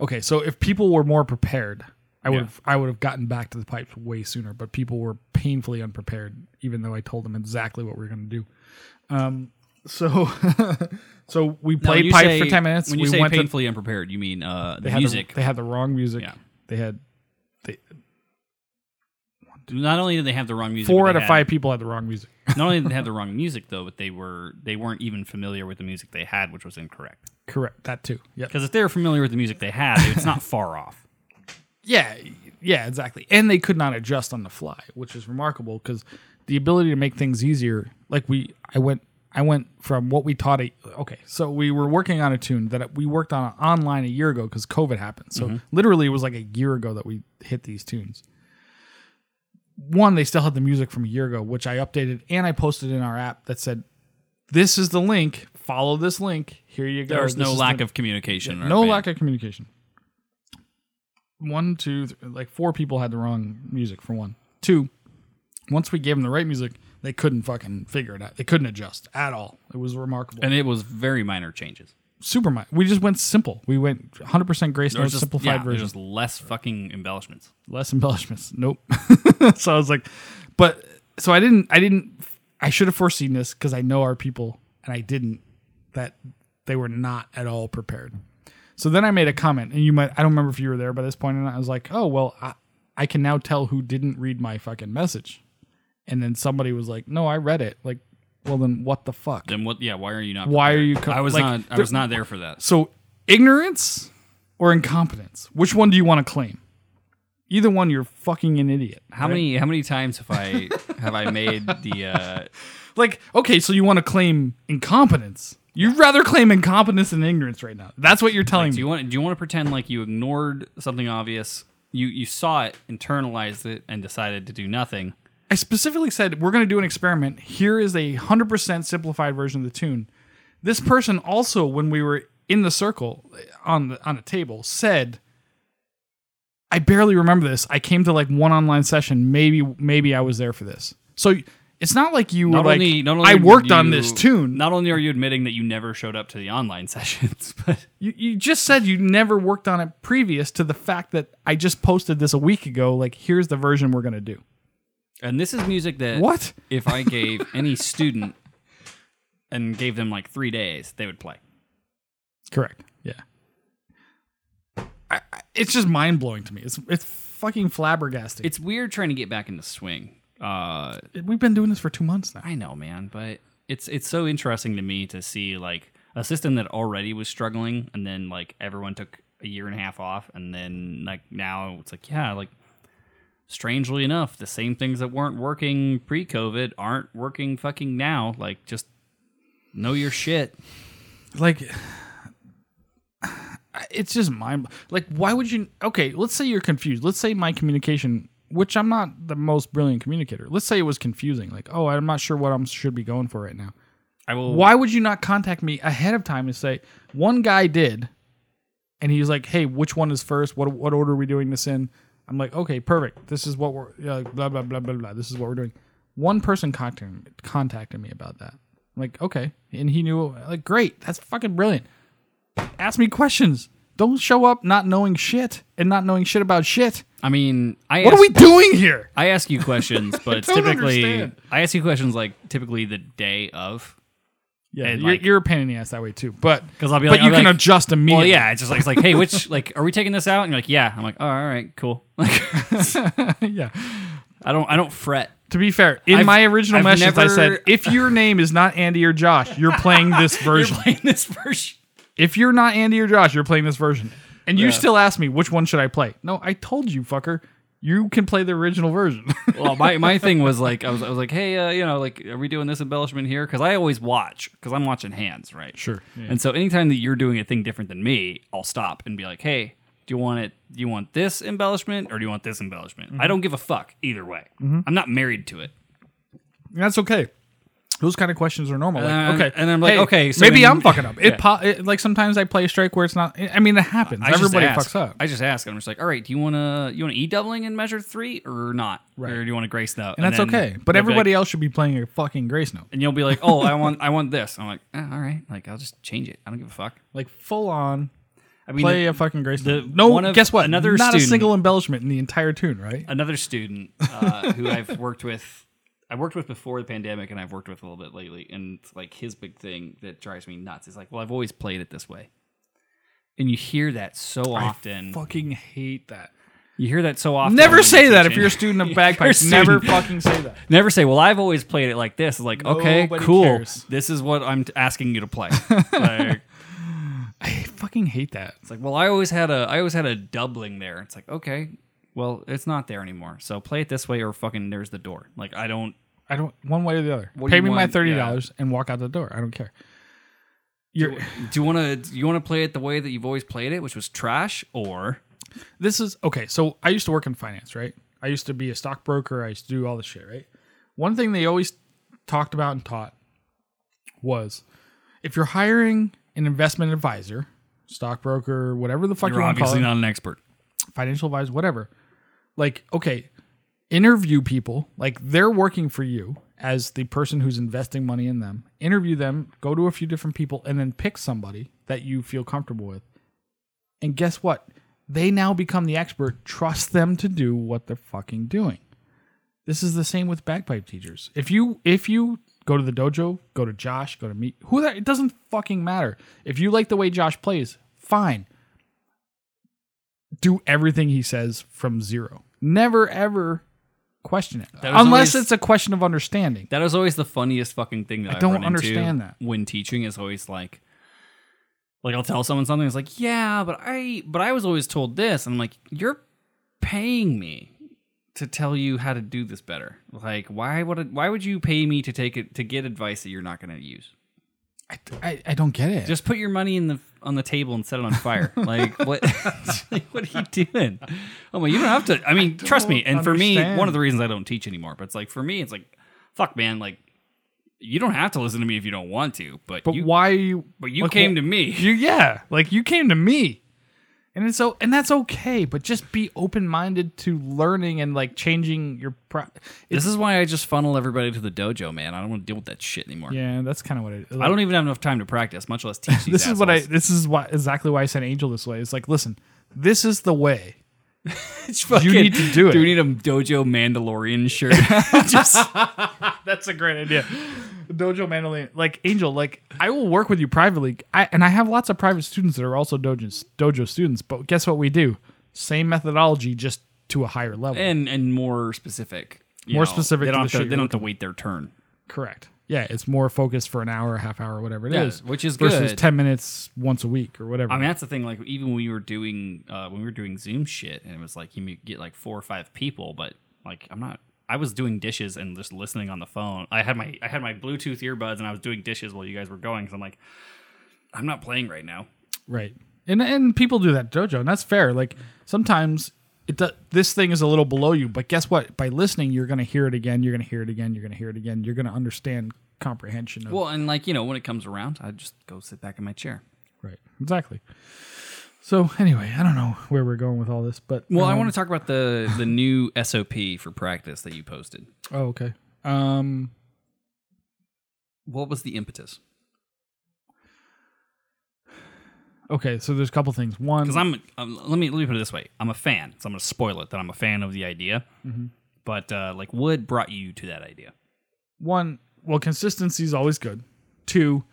Okay, so if people were more prepared, I would
Yeah.
have I would have gotten back to the pipes way sooner. But people were painfully unprepared, even though I told them exactly what we were going to do. Um. So, (laughs) so we
Now, when
played
you
pipe
say-
for ten minutes.
When you
we
say
went to
painfully unprepared, you mean uh, the
they had
music.
The, they had the wrong music.
Yeah.
They had they,
not only did they have the wrong music,
four
but
out
they
of
had-
five people had the wrong music.
not only did they have the wrong music though, but they were they weren't even familiar with the music they had, which was incorrect.
Correct. That too. Yeah.
Because if they're familiar with the music they had, Ah, it's
(laughs)
not far off.
Yeah. Yeah. Exactly. And they could not adjust on the fly, which is remarkable because the ability to make things easier. Like we, I went, I went from what we taught. A, okay, so we were working on a tune that we worked on online a year ago because COVID happened.
Mm-hmm.
So literally, it was like a year ago that we hit these tunes. One, they still had the music from a year ago, which I updated and I posted in our app that said, "This is the link. Follow this link. Here you go."
There was
This
no
is
lack
the-
of communication.
no lack of communication. One, two, th- like four people had the wrong music for one. Two, once we gave them the right music, they couldn't fucking figure it out. They couldn't adjust at all. It was remarkable.
and it was very minor changes.
Super mi- We just went simple. We went 100% grace
There
notes,
was just,
simplified
yeah, there was
version,
just less fucking embellishments.
less embellishments. Nope. (laughs) so I was like, but so I didn't, I didn't, I should have foreseen this because I know our people and I didn't, that they were not at all prepared. So then I made a comment, and you might, I don't remember if you were there by this point, and I was like, oh, well, I, I can now tell who didn't read my fucking message. And then somebody was like, no, I read it. Like, well, then what the fuck?
Then what? Yeah, why are you not?
Why are you? Co-
I was
like,
not. I
there-
was not there for that.
So, ignorance or incompetence? Which one do you want to claim? Either one, you're fucking an idiot.
How many? How many times have I have I made the? Uh,
Like, okay, so you want to claim incompetence. You'd rather claim incompetence than ignorance right now. (laughs) That's what you're telling
do
me.
you want? Do you want to pretend like you ignored something obvious? You you saw it, internalized it, and decided to do nothing.
I specifically said we're going to do an experiment. Here is a 100% simplified version of the tune. This person also when we were in the circle eh, on the on a table said I barely remember this. I came to like one online session. Maybe maybe I was there for this. So it's not like you
Not
were
only,
like
not only
I
were
worked on
you-
this tune.
Not only are you admitting that you never showed up to the online (laughs) sessions, but
You, you just said you never worked on it previous to the fact that I just posted this a week ago. Like, here's the version we're going to do.
And this is music that
What?
if I gave any student and gave them like three days, they would play.
Correct. Yeah. I, I, it's just mind blowing to me. It's it's fucking flabbergasting.
It's weird trying to get back into swing. Uh,
We've been doing this for two months now.
I know, man, but it's it's so interesting to me to see like a system that already was struggling, and then like everyone took a year and a half off, and then like now it's like yeah, like strangely enough, the same things that weren't working pre COVID aren't working fucking now. Like, just know your shit.
like (sighs) it's just mind like why would you okay let's say you're confused let's say my communication which i'm not the most brilliant communicator let's say it was confusing like oh i'm not sure what i am should be going for right now
I will.
why would you not contact me ahead of time and say one guy did and he was like hey which one is first what what order are we doing this in i'm like okay perfect this is what we're uh, blah blah blah blah blah this is what we're doing one person contacted contacted me about that I'm like okay and he knew like great that's fucking brilliant ask me questions don't show up not knowing shit and not knowing shit about shit
I mean, I
what
asked-
are
(laughs)
we doing here
I ask you
(laughs)
questions, but it's
don't
typically
understand.
I ask you questions like typically the day of.
yeah
And,
you're,
like-
you're a pain in the ass that way too but
'Cause I'll be
but
like-
you
I'll be
can
like,
adjust immediately
Well, yeah, it's just like it's like, hey, which (laughs) like are we taking this out? And you're like, yeah. I'm like, oh, all right, cool. (laughs) Like,
(laughs) yeah
I don't I don't fret.
To be fair, in
I've-
my original
I've
message, I
never-
said, if your name is not Andy or Josh, you're playing
(laughs)
this
You're
version.
playing this (laughs) version.
if you're not Andy or Josh, you're playing this version. And you
Yeah.
still ask me, which one should I play? No, I told you, fucker. You can play the original version. (laughs)
Well, my, my thing was like I was I was like, hey, uh, you know, like are we doing this embellishment here? Because I always watch because I'm watching hands, right?
Sure, yeah.
And so anytime that you're doing a thing different than me, I'll stop and be like, hey, do you want it? Do you want this embellishment or do you want this embellishment?
Mm-hmm.
I don't give a fuck either way. I'm not married to it.
That's okay. Those kind of questions are normal. Like,
And-
okay,
Um, and I'm like,
hey,
okay, so
maybe
then-
I'm fucking up. It,
Yeah.
po- it like sometimes I play a strike where it's not. I mean, it happens.
just
Everybody
ask.
fucks up.
I just ask. I'm just like, all right, do you want to you want to e doubling in measure three or not?
Right.
Or do you want to grace note?
and that's
then
okay. But
you'll be like-
everybody else should be playing a fucking grace note,
(laughs) and you'll be like, oh, I want I want this. I'm like, eh, all right, like I'll just change it. I don't give a fuck.
like full on.
I mean,
play
the-
a fucking grace
the-
note. No,
one of-
guess what?
another
not a
student-
single embellishment in the entire tune, right?
another student uh, who I've (laughs) worked with. I worked with before the pandemic, and I've worked with a little bit lately. And it's like his big thing that drives me nuts is like, well, I've always played it this way, and you hear that so often.
fucking hate that.
you hear that so often. when
Never
you're
say that if
teaching.
you're
(laughs)
a student of bagpipes.
You're a
Never
student.
fucking say
(laughs)
that.
Never say, well, I've always played it like this. It's like, okay,
Nobody
cool.
cares.
This is what I'm t- asking you to
(laughs)
play. like,
I fucking hate that.
it's like, well, I always had a, I always had a doubling there. It's like, okay, well, it's not there anymore. So play it this way, or fucking there's the door. Like, I don't.
I don't one way or the other.
What do
Pay
you
me my
want?
thirty dollars and walk out the door. I don't care. You're,
Do you want to? Do you want to play it the way that you've always played it, which was trash, or
this is okay. So I used to work in finance, right? I used to be a stockbroker. I used to do all this shit, right? One thing they always talked about and taught was if you're hiring an investment advisor, stockbroker, whatever the fuck you
you're
want to call it,
obviously not an expert.
financial advisor, whatever. Like, okay, interview people. Like they're working for you as the person who's investing money in them. Interview them, go to a few different people, and then pick somebody that you feel comfortable with. And guess what? They now become the expert. Trust them to do what they're fucking doing. This is the same with bagpipe teachers. If you if you go to the dojo, go to Josh, go to me, who that it doesn't fucking matter. If you like the way Josh plays, fine do everything he says from zero. Never ever question it.
That was
Unless
always-
it's a question of understanding.
That is always the funniest fucking thing that I
don't
run into
understand that.
when teaching is always like, like I'll tell someone something. It's like, yeah, but I, but I was always told this, and I'm like, you're paying me to tell you how to do this better. Like, why would I, why would you pay me to take it to get advice that you're not going to use?
I, I, I don't get it.
Just put your money in the on the table and set it on
(laughs)
fire. like what? (laughs) like, what are you doing? Oh my, you don't have to. I mean, trust me.
don't
And for me,
understand.
one of the reasons I don't teach anymore. But it's like for me, it's like, fuck, man. Like you don't have to listen to me if you don't want to. But,
but
you,
why are you
but you came to me.
you yeah, like you came to me. And it's so and that's okay, but just be open minded to learning and like changing your pro- it,
(laughs) This is why I just funnel everybody to the dojo, man. I don't want to deal with that shit anymore.
Yeah, that's kind of what it is.
I don't even have enough time to practice, much less
(laughs)
teach. These
this is what I
assholes.
this is why exactly why I sent Angel this way. It's like, listen, this is the way.
It's fucking-
need to do it.
Do we need a dojo Mandalorian
(laughs)
shirt? Just-
That's a great idea. (laughs) Dojo Mandolin, like Angel, like I will work with you privately. I and I have lots of private students that are also dojo dojo students. But guess what we do? Same methodology, just to a higher level.
and and more specific. you
More specific
They
to
don't,
the
have to,
shit
they
you're
don't have to wait their turn.
Correct. yeah, it's more focused for an hour, a half hour, whatever it is,
Yeah, which is
versus
good.
ten minutes once a week or whatever.
I mean, that's the thing. Like, even when we were doing uh, when we were doing Zoom shit, and it was like you may get like four or five people, but like I'm not. I was doing dishes and just listening on the phone. I had my I had my Bluetooth earbuds and I was doing dishes while you guys were going. Because I'm like, I'm not playing right now.
Right. And and people do that dojo, and that's fair. Like sometimes it do, this thing is a little below you, but guess what? By listening, you're going to hear it again. You're going to hear it again. You're going to hear it again. You're going to understand comprehension. Of,
Well, and like you know, when it comes around, I just go sit back in my chair.
right. Exactly. So anyway, I don't know where we're going with all this, but um,
Well, I want to talk about the the new SOP for practice that you posted.
to. Oh, okay. Um,
What was the impetus?
okay. So there's a couple things. One,
because I'm, um, let me let me put it this way: I'm a fan, so I'm going to spoil it that I'm a fan of the idea.
Mm-hmm.
But uh, like, Wood brought you to that idea.
one well consistency is always good two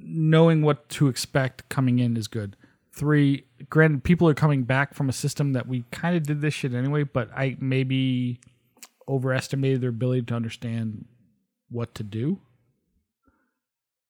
knowing what to expect coming in is good three granted people are coming back from a system that we kind of did this shit anyway but i maybe overestimated their ability to understand what to do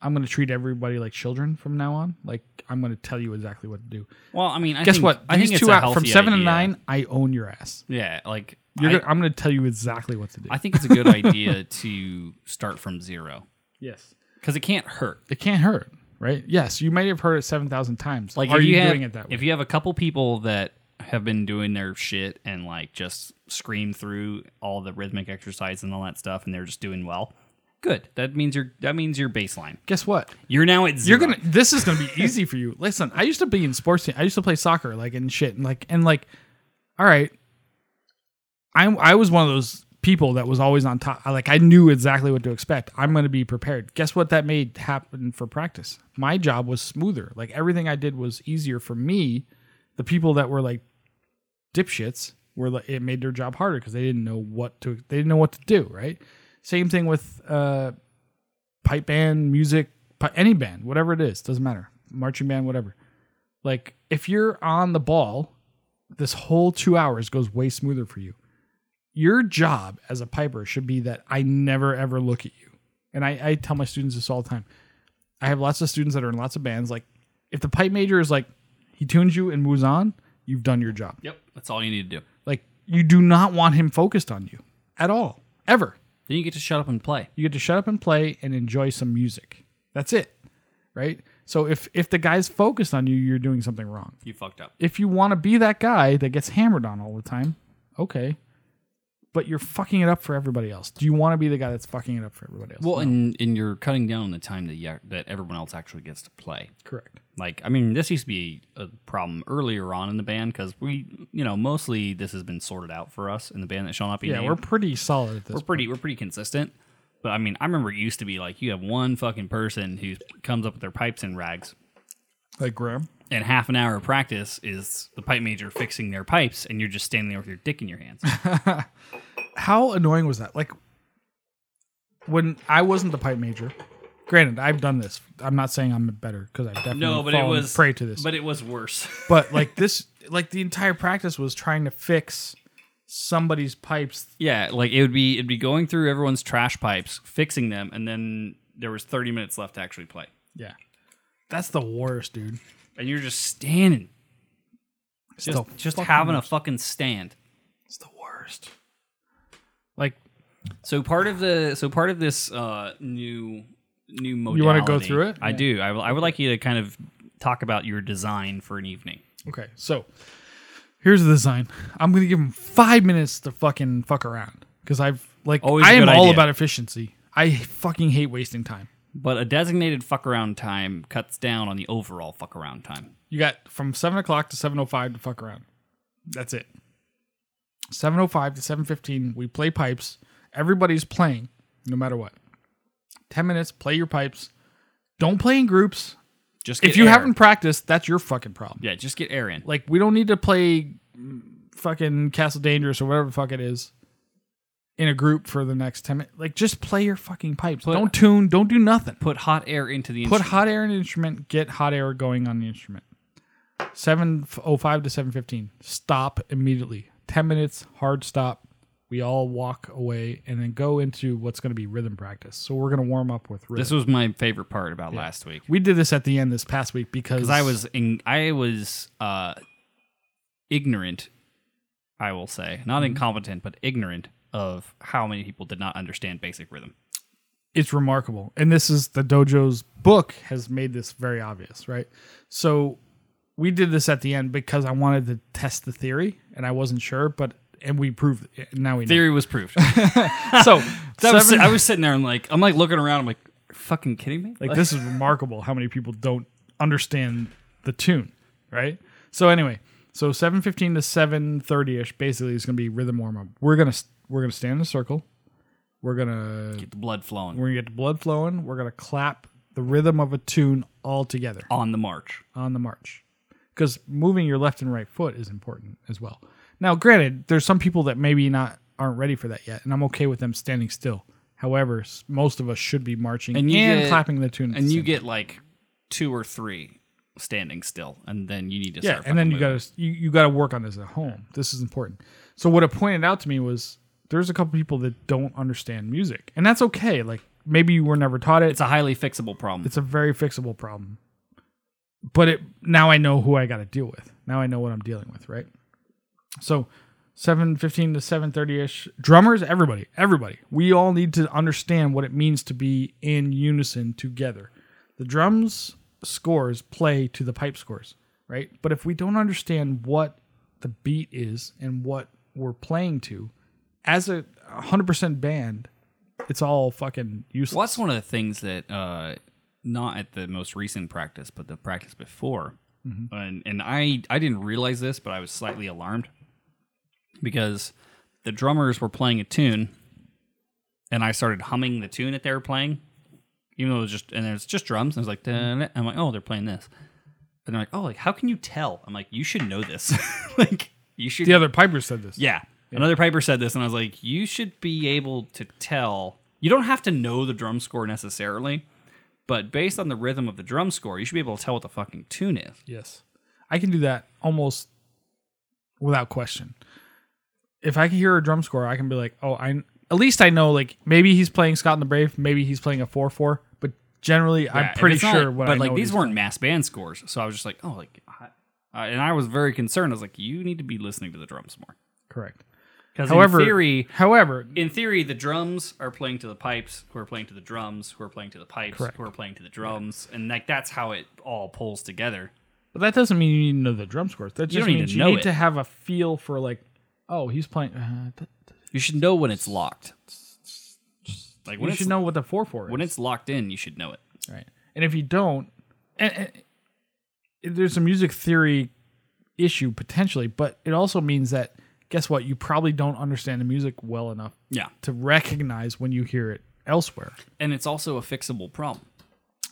i'm going to treat everybody like children from now on like i'm going to tell you exactly what to do
Well, I mean, I
guess
think,
what
I
these
think it's
two
a
out from
healthy
seven to
idea.
nine i own your ass
Yeah, like
You're
I,
gonna, i'm going to tell you exactly what to do
I think it's a
(laughs)
good idea to start from zero
yes
because it can't hurt.
it can't hurt, right? Yes, you might have heard it seven thousand times.
Like,
are
if
you,
have,
doing it that way?
If you have a couple people that have been doing their shit and like just scream through all the rhythmic exercise and all that stuff, and they're just doing well, good. That means you're that means your baseline.
Guess what?
You're now at 0
You're gonna. This is gonna be easy for you. Listen, I used to be in sports team. I used to play soccer, like and shit, and like and like. All right, I I was one of those people that was always on top. I- Like I knew exactly what to expect. I'm gonna be prepared. Guess what? That made happen for practice. My job was smoother. Like everything I did was easier for me. The people that were like dipshits were like it made their job harder because they didn't know what to they didn't know what to do right same thing with uh pipe band music pi- any band whatever it is doesn't matter marching band whatever like if you're on the ball this whole two hours goes way smoother for you your job as a piper should be that i never ever look at you and i, I tell my students this all the time i have lots of students that are in lots of bands like if the pipe major is like he tunes you and moves on you've done your job
Yep, that's all you need to do.
like you do not want him focused on you at all, ever.
Then you get to shut up and play.
You get to shut up and play and enjoy some music. That's it. Right? So if if the guy's focused on you, you're doing something wrong.
You fucked up.
If you want to be that guy that gets hammered on all the time, okay. But you're fucking it up for everybody else. Do you want to be the guy that's fucking it up for everybody else?
Well, and and you're cutting down on the time that you, that everyone else actually gets to play.
correct.
Like, I mean, this used to be a problem earlier on in the band because we, you know, mostly this has been sorted out for us in the band that shall not be
Yeah,
named.
we're pretty solid at this.
we're pretty we're pretty consistent. But I mean, I remember it used to be like you have one fucking person who comes up with their pipes and rags,
like Graham.
and half an hour of practice is the pipe major fixing their pipes, and you're just standing there with your dick in your hands.
how annoying was that? Like when I wasn't the pipe major. Granted, I've done this. I'm not saying I'm better because I've definitely (laughs)
no, but it
fallen
was
prey to this. But,
But it was worse. (laughs)
like this, like the entire practice was trying to fix somebody's pipes.
Yeah, like it would be it'd be going through everyone's trash pipes, fixing them, and then there was 30 minutes left to actually play.
Yeah, that's the worst, dude.
And you're just standing,
It's
just
the
just
fucking-
having a fucking stand.
it's the worst. Like
So part of the so part of this uh new new modality.
wanna go through it?
I
Yeah.
do. I, will- I would like you to kind of talk about your design for an evening.
Okay, so here's the design. I'm gonna give them five minutes to fucking fuck around because I've like
Always a
I am
good
all
idea.
about efficiency. I fucking hate wasting time.
But a designated fuck around time cuts down on the overall fuck around time.
You got from seven o'clock to seven o five to fuck around. That's it. Seven o five to seven fifteen. We play pipes. Everybody's playing, no matter what. Ten minutes. Play your pipes. Don't play in groups.
Just
If
get
you
air.
haven't practiced, that's your fucking problem.
yeah, just get air in.
Like we don't need to play mm, fucking Castle Dangerous or whatever the fuck it is in a group for the next ten minutes. Like just play your fucking pipes. don't tune. Don't do nothing
Put hot air into the
put
instrument.
hot air in an instrument get hot air going on the instrument 705 to 715 stop immediately 10 minutes hard stop we all walk away and then go into what's going to be rhythm practice. So we're going to warm up with rhythm.
This was my favorite part about last week.
we did this at the end this past week because
because I was in, I was uh, ignorant, I will say, not
Mm-hmm.
incompetent, but ignorant of how many people did not understand basic rhythm.
it's remarkable. And this is the dojo's book has made this very obvious, right? So we did this at the end because I wanted to test the theory and I wasn't sure, but and we proved it. Now we know.
Theory was proved.
(laughs)
(laughs)
So
I, was,
seven-
I was sitting there and like, I'm like looking around. I'm like, Are you fucking kidding me?
Like this is remarkable how many people don't understand the tune, right? So anyway, so 7:15 to 7:30ish basically is going to be rhythm warm up. We're going to we're going to stand in a circle. We're going to
get the blood flowing
we're going to get the blood flowing. We're going to clap the rhythm of a tune all together
on the march.
on the march. Cuz moving your left and right foot is important as well. Now, granted, there's some people that maybe not aren't ready for that yet, and I'm okay with them standing still. However, s- most of us should be marching and,
And you get-
clapping the tune. at the
And you
same
get like two or three standing still, and then you need to
yeah
start.
and then you
fucking
gotta you, you gotta work on this at home this is important so what it pointed out to me was there's a couple people that don't understand music and that's okay like maybe you were never taught it
It's a highly fixable problem.
it's a very fixable problem but it now i know who i gotta deal with now i know what i'm dealing with right so 715 to 730ish drummers everybody everybody we all need to understand what it means to be in unison together the drums scores play to the pipe scores right but if we don't understand what the beat is and what we're playing to as a 100% band it's all fucking useless
Well, that's one of the things that uh, not at the most recent practice, but the practice before, and and I I didn't realize this, but I was slightly alarmed because the drummers were playing a tune, and I started humming the tune that they were playing, even though it was just and it's just drums. And I was like, "Dun-dun-dun," I'm like, oh, they're playing this, and they're like, oh, like how can you tell? I'm like, you should know this, (laughs) like you should
the other piper said this
yeah. Another Piper said this, and I was like, you should be able to tell. You don't have to know the drum score necessarily, but based on the rhythm of the drum score, you should be able to tell what the fucking tune is.
Yes. I can do that almost without question. If I can hear a drum score, I can be like, oh, I at least I know like maybe he's playing Scott and the Brave, maybe he's playing a four four, but generally
Yeah,
I'm
if
pretty
it's not-
sure what
but
I know
like
what
these
he's-
weren't mass band scores, so I was just like, oh, like, I, I- and I was very concerned. I was like, you need to be listening to the drums more.
correct.
Because
However,
in theory,
however,
in theory, the drums are playing to the pipes, who are playing to the drums, who are playing to the pipes, who are playing to the drums, and like that's how it all pulls together.
but that doesn't mean you need to know the drum scores. That just
don't need
means
to
you
know
need
it.
to have a feel for like, oh, he's playing. Uh, th- th-
You should know when it's locked. Like when
you
it's
should know what the four four is.
when it's locked in, you should know it.
Right. And if you don't, and, and there's a music theory issue potentially, but it also means that guess what? You probably don't understand the music well enough
Yeah,
to recognize when you hear it elsewhere.
and it's also a fixable problem.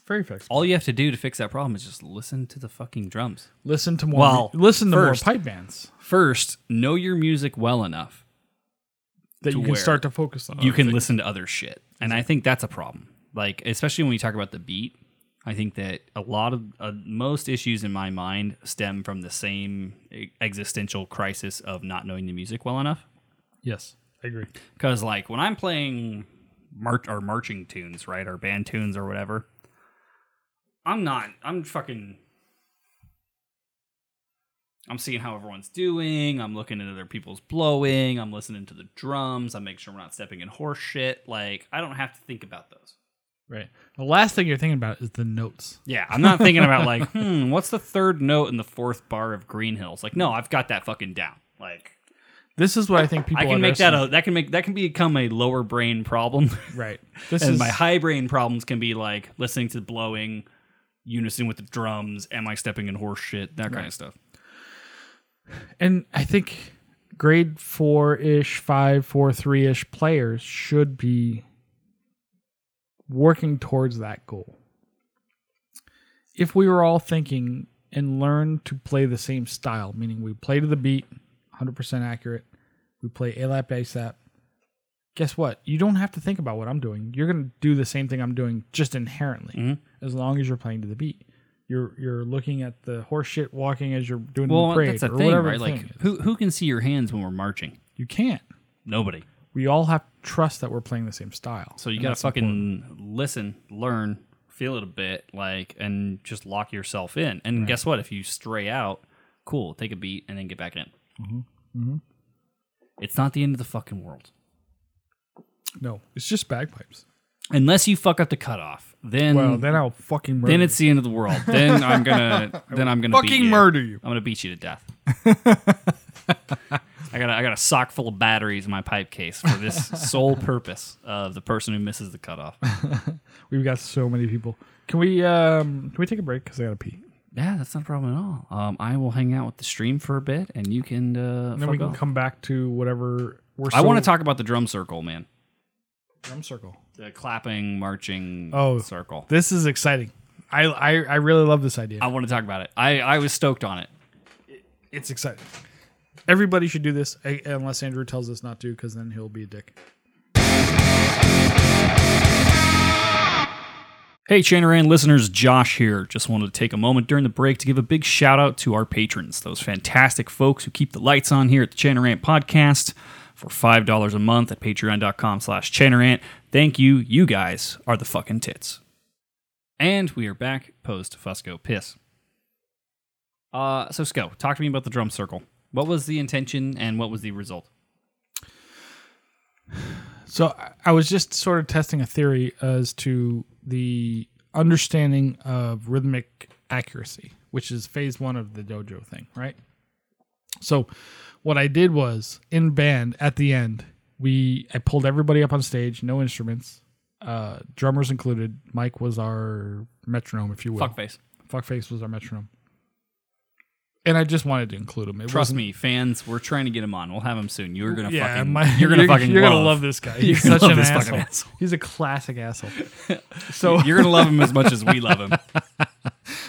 Very fixable.
All you have to do to fix that problem is just listen to the fucking drums.
Listen to more.
Well,
listen to
first-
more pipe bands
First, know your music well enough
that
To
you can
where
start to focus on.
you can listen to other shit, and I think that's a problem. Like especially when we talk about the beat, I think that a lot of uh, most issues in my mind stem from the same e- existential crisis of not knowing the music well enough.
Yes, I agree.
Because like when I'm playing march or marching tunes, right, or band tunes or whatever, I'm not. I'm fucking. I'm seeing how everyone's doing. I'm looking at other people's blowing. I'm listening to the drums. I'm making sure we're not stepping in horse shit. Like I don't have to think about those.
Right. The last thing you're thinking about is the notes.
Yeah, I'm not thinking about (laughs) like, hmm, what's the third note in the fourth bar of Green Hills? Like, no, I've got that fucking down. Like,
This is what I think people
I can make that
underestimate.
a that can make that can become a lower brain problem. (laughs)
right. This
and
is
my high brain problems can be like listening to blowing, unison with the drums. Am I stepping in horse shit? That kind of stuff.
and I think grade four ish, five, four, three ish players should be working towards that goal. If we were all thinking and learn to play the same style, meaning we play to the beat, 100% accurate, we play ALAP ASAP, guess what? You don't have to think about what I'm doing. You're going to do the same thing I'm doing just inherently, as long as you're playing to the beat. You're, you're looking at the horse shit walking as you're doing the parade or whatever the thing is.
who who can see your hands when we're marching?
You can't.
Nobody.
We all have to trust that we're playing the same style.
So you
And
gotta
that's
fucking
important.
listen, learn, feel it a bit, like, and just lock yourself in. And guess what? If you stray out, cool, take a beat and then get back in. Mm-hmm. Mm-hmm. It's not the end of the fucking world.
No, it's just bagpipes.
Unless you fuck up the cutoff, then
Well,
Hmm. then,
then I'll fucking murder.
it's the end of the world. Then I'm
(laughs)
gonna then I'm gonna
you.
beat
fucking
you.
murder you.
I'm gonna beat you to (laughs) death. I got a, I got a sock full of batteries in my pipe case for this sole purpose of the person who misses the cutoff.
We've got so many people. Can we um can we take a break cuz I got to pee?
Yeah, that's not a problem at all. Um, I will hang out with the stream for a bit, and you can. Uh,
And then we
fuck
can
off.
come back to whatever we're
I want to
to
talk about the drum circle, man.
drum circle.
The clapping, marching
Oh.
circle.
This is exciting. I I, I really love this idea.
I want to talk about it. I, I was stoked on it.
It's exciting. Everybody should do this a- unless Andrew tells us not to because then he'll be a dick.
Hey, Chanaran listeners, Josh here. Just wanted to take a moment during the break to give a big shout out to our patrons, those fantastic folks who keep the lights on here at the Chanaran podcast for $5 a month at patreon.com slash Chanarant. Thank you. You guys are the fucking tits. And we are back post Fusco Piss. Uh, so, Sco, talk to me about the drum circle. What was the intention and what was the result?
So I- I was just sort of testing a theory as to the understanding of rhythmic accuracy, which is phase one of the dojo thing, right? So what I did was in band at the end, we I pulled everybody up on stage, no instruments, uh, drummers included. Mike was our metronome, if you will.
Fuckface.
Fuckface was our metronome. And I just wanted to include him. It
Trust
wasn't-
me, fans, we're trying to get him on. We'll have him soon. You're gonna
yeah,
fucking,
my-
you're gonna fucking,
(laughs) you're
love.
gonna
(laughs)
love this guy. He's
gonna
such
love
an
this fucking
asshole.
asshole.
He's a classic asshole. So,
You're gonna love him as much as we love him.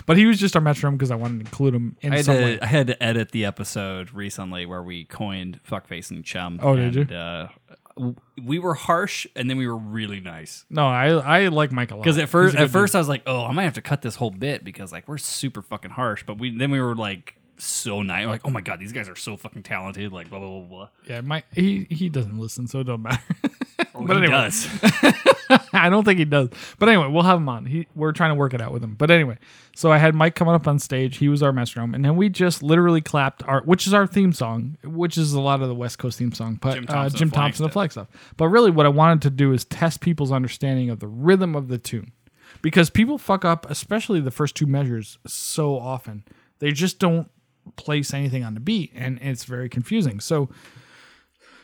but he was just our metronome because I wanted to include him in
(laughs) I had,
some way.
to, I had to edit the episode recently where we coined fuckface and chum.
Oh, did
and, Uh, w- we were harsh and then we were really nice.
No, I I like Mike a lot
Because
He's
at
a
first,
good
at first, I was like, "Oh, I might have to cut this whole bit because like we're super fucking harsh." But we then we were like so nice, like, "Oh my god, these guys are so fucking talented!" Like blah blah blah blah.
dude. yeah, Mike he he doesn't listen, so it don't matter. (laughs)
Oh,
But
he
anyway.
(laughs) does.
(laughs) I don't think he does. But anyway, we'll have him on. He, we're trying to work it out with him. But anyway, so I had Mike coming up on stage. He was our metronome, and then we just literally clapped our, which is our theme song, which is a lot of the West Coast theme song, but
Jim
Jim Thompson,
Thompson,
uh, Jim
the flag
Thompson the flag stuff. But really, what I wanted to do is test people's understanding of the rhythm of the tune, because people fuck up, especially the first two measures, so often. They just don't place anything on the beat, and it's very confusing. So.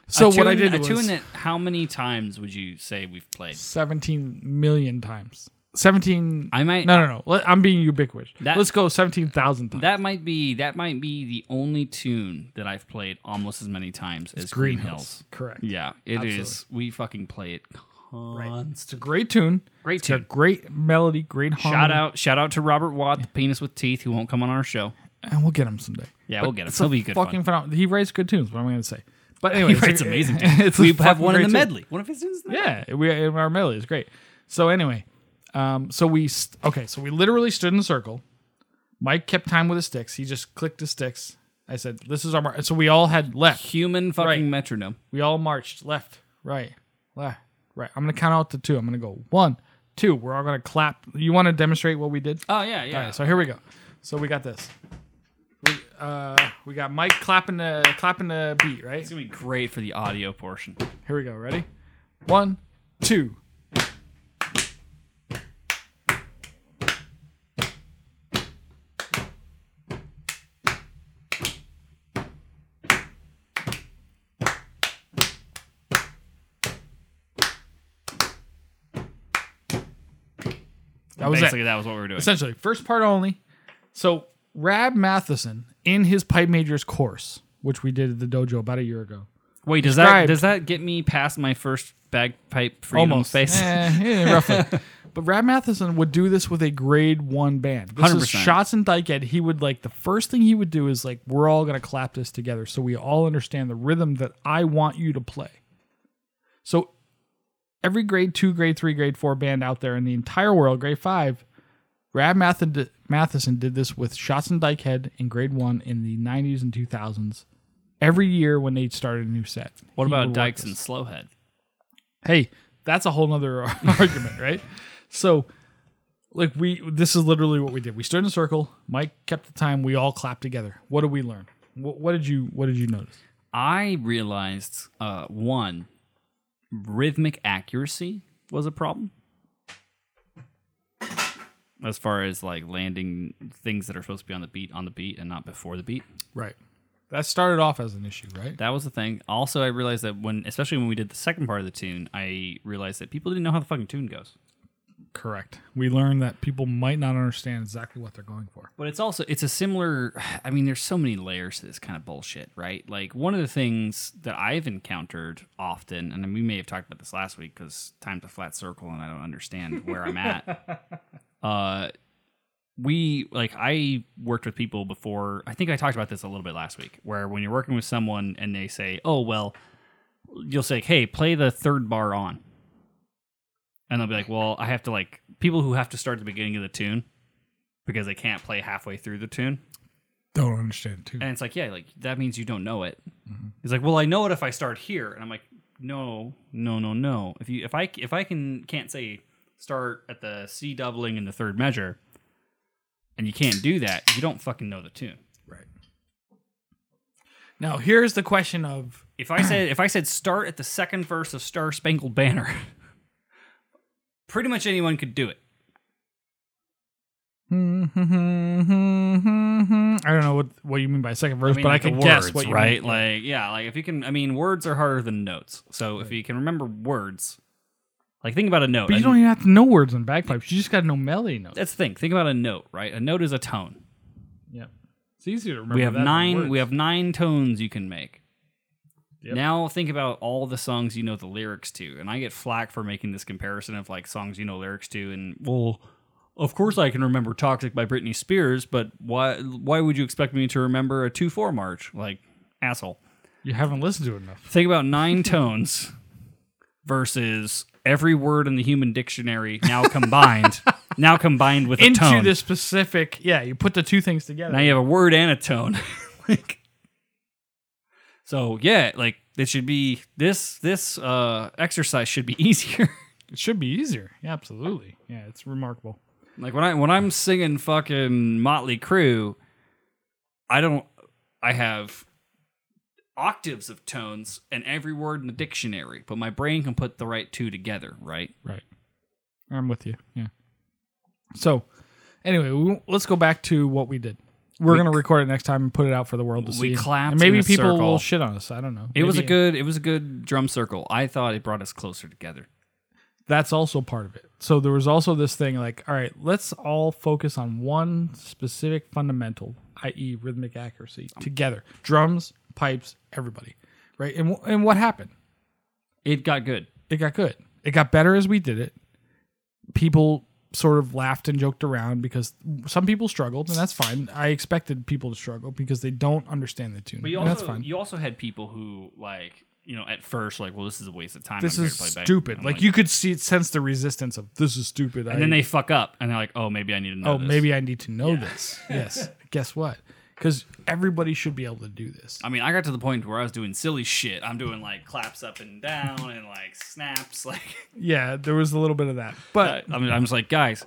So
A
what I
tune-
did
a
was
tune that. How many times would you say we've played?
17 million times. 17
I might-
No, no, no. Let- I'm being ubiquitous.
That-
Let's go 17,000 times.
That might be that might be the only tune that I've played almost as many times as Green Hills.
Correct.
Yeah, it is.
Absolutely.
We fucking play it
It's a
constant.
great tune.
Great
It's got
tune.
great melody, great harmony.
Shout out, shout out to Robert Watt, the penis with teeth, who won't come on our show.
And we'll get him someday.
Yeah, we'll get him.
It's a
He'll be good.
fucking
Fucking
phenomenal. He writes good tunes, what am I going to say? But anyway,
(laughs) he
it's a-
writes (laughs)
(laughs)
amazing. Tunes.
it's a
we have
fucking
one in
great
the
tune.
medley. One of his tunes. In the medley.
Yeah, we our melody is great. So anyway, um, so we st- okay, so we literally stood in a circle. Mike kept time with his sticks. He just clicked his sticks. I said, "This is our." Mar-. So we all had left.
Human fucking
Right.
metronome.
We all marched left, right, left, right. I'm gonna count out to two. I'm gonna go one, two. We're all gonna clap. You want to demonstrate what we did?
Oh yeah, yeah.
All right, so here we go. So we got this. We uh, we got Mike clapping the clapping the beat. Right
it's gonna be great for the audio portion.
here we go. Ready? One, two. That was it
Basically, that was what we were doing.
essentially first part only so rab matheson in his pipe majors course which we did at the dojo about a year ago
Wait, does that
described-
does that get me past my first bagpipe freedom
almost
face?
Eh, eh, roughly (laughs) but rab matheson would do this with a grade one band this is
100%.
shots and dykehead he would like the first thing he would do is like we're all gonna clap this together so we all understand the rhythm that i want you to play so every grade two grade three grade four band out there in the entire world grade five Rab Math- Matheson did this with Shots and Dykehead in grade one in the 90s and 2000s. every year when they started a new set.
What
he
about
would work
Dykes
this.
and Slowhead?
Hey, that's a whole nother (laughs) argument, right? So, like we, this is literally what we did. We stood in a circle. Mike kept the time. We all clapped together. What did we learn? What, what did you What did you notice?
I realized uh, one rhythmic accuracy was a problem as far as like landing things that are supposed to be on the beat on the beat and not before the beat.
Right. That started off as an issue, right?
That was the thing. Also, I realized that when, especially when we did the second part of the tune, I realized that people didn't know how the fucking tune goes.
Correct. We learned that people might not understand exactly what they're going for.
But it's also it's a similar. (sighs) I mean, there's so many layers to this kind of bullshit, right? Like one of the things that I've encountered often, and we may have talked about this last week because time's a flat circle, and I don't understand where I'm at. Uh, we like I worked with people before. I think I talked about this a little bit last week, where when you're working with someone and they say, "Oh well," you'll say, "Hey, play the third bar on," and they'll be like, "Well, I have to like people who have to start at the beginning of the tune." because they can't play halfway through the tune.
Don't understand too.
And it's like, yeah, like that means you don't know it. He's like, well, I know it if I start here, and I'm like, no, no, no, no. If you if I if I can can't say start at the C doubling in the third measure, and you can't do that, you don't fucking know the tune.
Right. Now here's the question of (laughs)
If I said if I said start at the second verse of Star Spangled Banner, (laughs) pretty much anyone could do it.
I don't know what what you mean by second verse,
I mean,
but
like
I
the
can guess
words,
what you
right?
mean.
Like, yeah, like if you can, I mean, words are harder than notes. So if you can remember words, like think about a note.
But you
And
don't even have to know words on bagpipes. You just got to know melody notes.
that's the thing. Think about a note, right? A note is a tone.
Yeah, it's easier to remember.
We have
that than
nine. We
words.
have nine tones you can make.
Yep.
Now think about all the songs you know the lyrics to, and I get flack for making this comparison of like songs you know lyrics to, and well, of course I can remember "Toxic" by Britney Spears, but why? Why would you expect me to remember a two-four march? Like asshole.
You haven't listened to it enough.
Think about nine tones versus every word in the human dictionary now combined, now combined with a
Into
tone.
the specific. Yeah, you put the two things together.
now you have a word and a tone. (laughs) like, so yeah, like it should be this this uh, exercise should be (laughs) easier.
it should be easier. Yeah, absolutely. Yeah, it's remarkable.
like when I when I'm singing fucking Motley Crue, I don't I have octaves of tones and every word in the dictionary, but my brain can put the right two together, right?
Right. I'm with you. Yeah. So, anyway, we, let's go back to what we did. We're gonna record it next time and put it out for the world to
We
see.
clapped
And maybe
in a
people
circle.
will shit on us. I don't know.
It was a
Maybe-
good it was a good drum circle. I thought it brought us closer together.
that's also part of it. So there was also this thing like, all right, let's all focus on one specific fundamental, i.e., rhythmic accuracy together. Drums, pipes, everybody, right? And wh- and what happened?
It got good.
It got good. It got better as we did it. People sort of laughed and joked around because some people struggled, and that's fine. I expected people to struggle because they don't understand the tune,
But you
and
also
that's fine.
you also had people who like you know at first like well this is a waste of time.
this
I'm here
is
to play back.
stupid.
I'm
Like, you could see sense the resistance of this is stupid.
and then they fuck up and they're like oh maybe I need to know
oh,
this."
maybe I need to know this. (laughs) Yes. Guess what? Because everybody should be able to do this.
I mean I got to the point where I was doing silly shit. I'm doing like claps up and down and like snaps (laughs) like
Yeah, there was a little bit of that, but
I mean, I'm just like guys,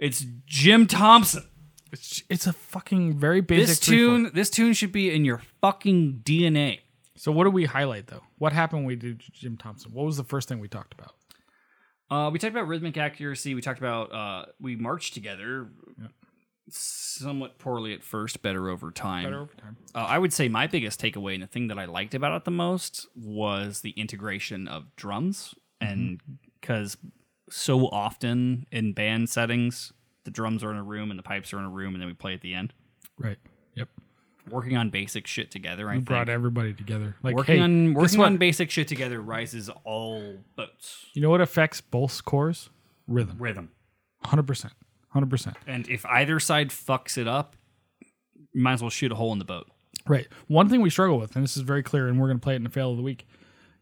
it's Jim Thompson.
it's, it's a fucking very basic
This
three-four.
tune this tune should be in your fucking DNA.
So, what do we highlight though? What happened when we did Jim Thompson? What was the first thing we talked about?
Uh, we talked about rhythmic accuracy. We talked about uh, we marched together somewhat poorly at first, better over time.
Better over time.
Uh, I would say my biggest takeaway and the thing that I liked about it the most was the integration of drums,
Mm-hmm.
and because so often in band settings, the drums are in a room and the pipes are in a room, and then we play at the end.
Right. Yep.
Working on basic shit together, I
We
think.
brought everybody together. Like
working
hey,
on
guess
working
what?
on basic shit together rises all boats.
You know what affects both scores? Rhythm.
Rhythm.
Hundred percent. Hundred percent.
And if either side fucks it up, you might as well shoot a hole in the boat.
Right. One thing we struggle with, and this is very clear, and we're going to play it in the fail of the week,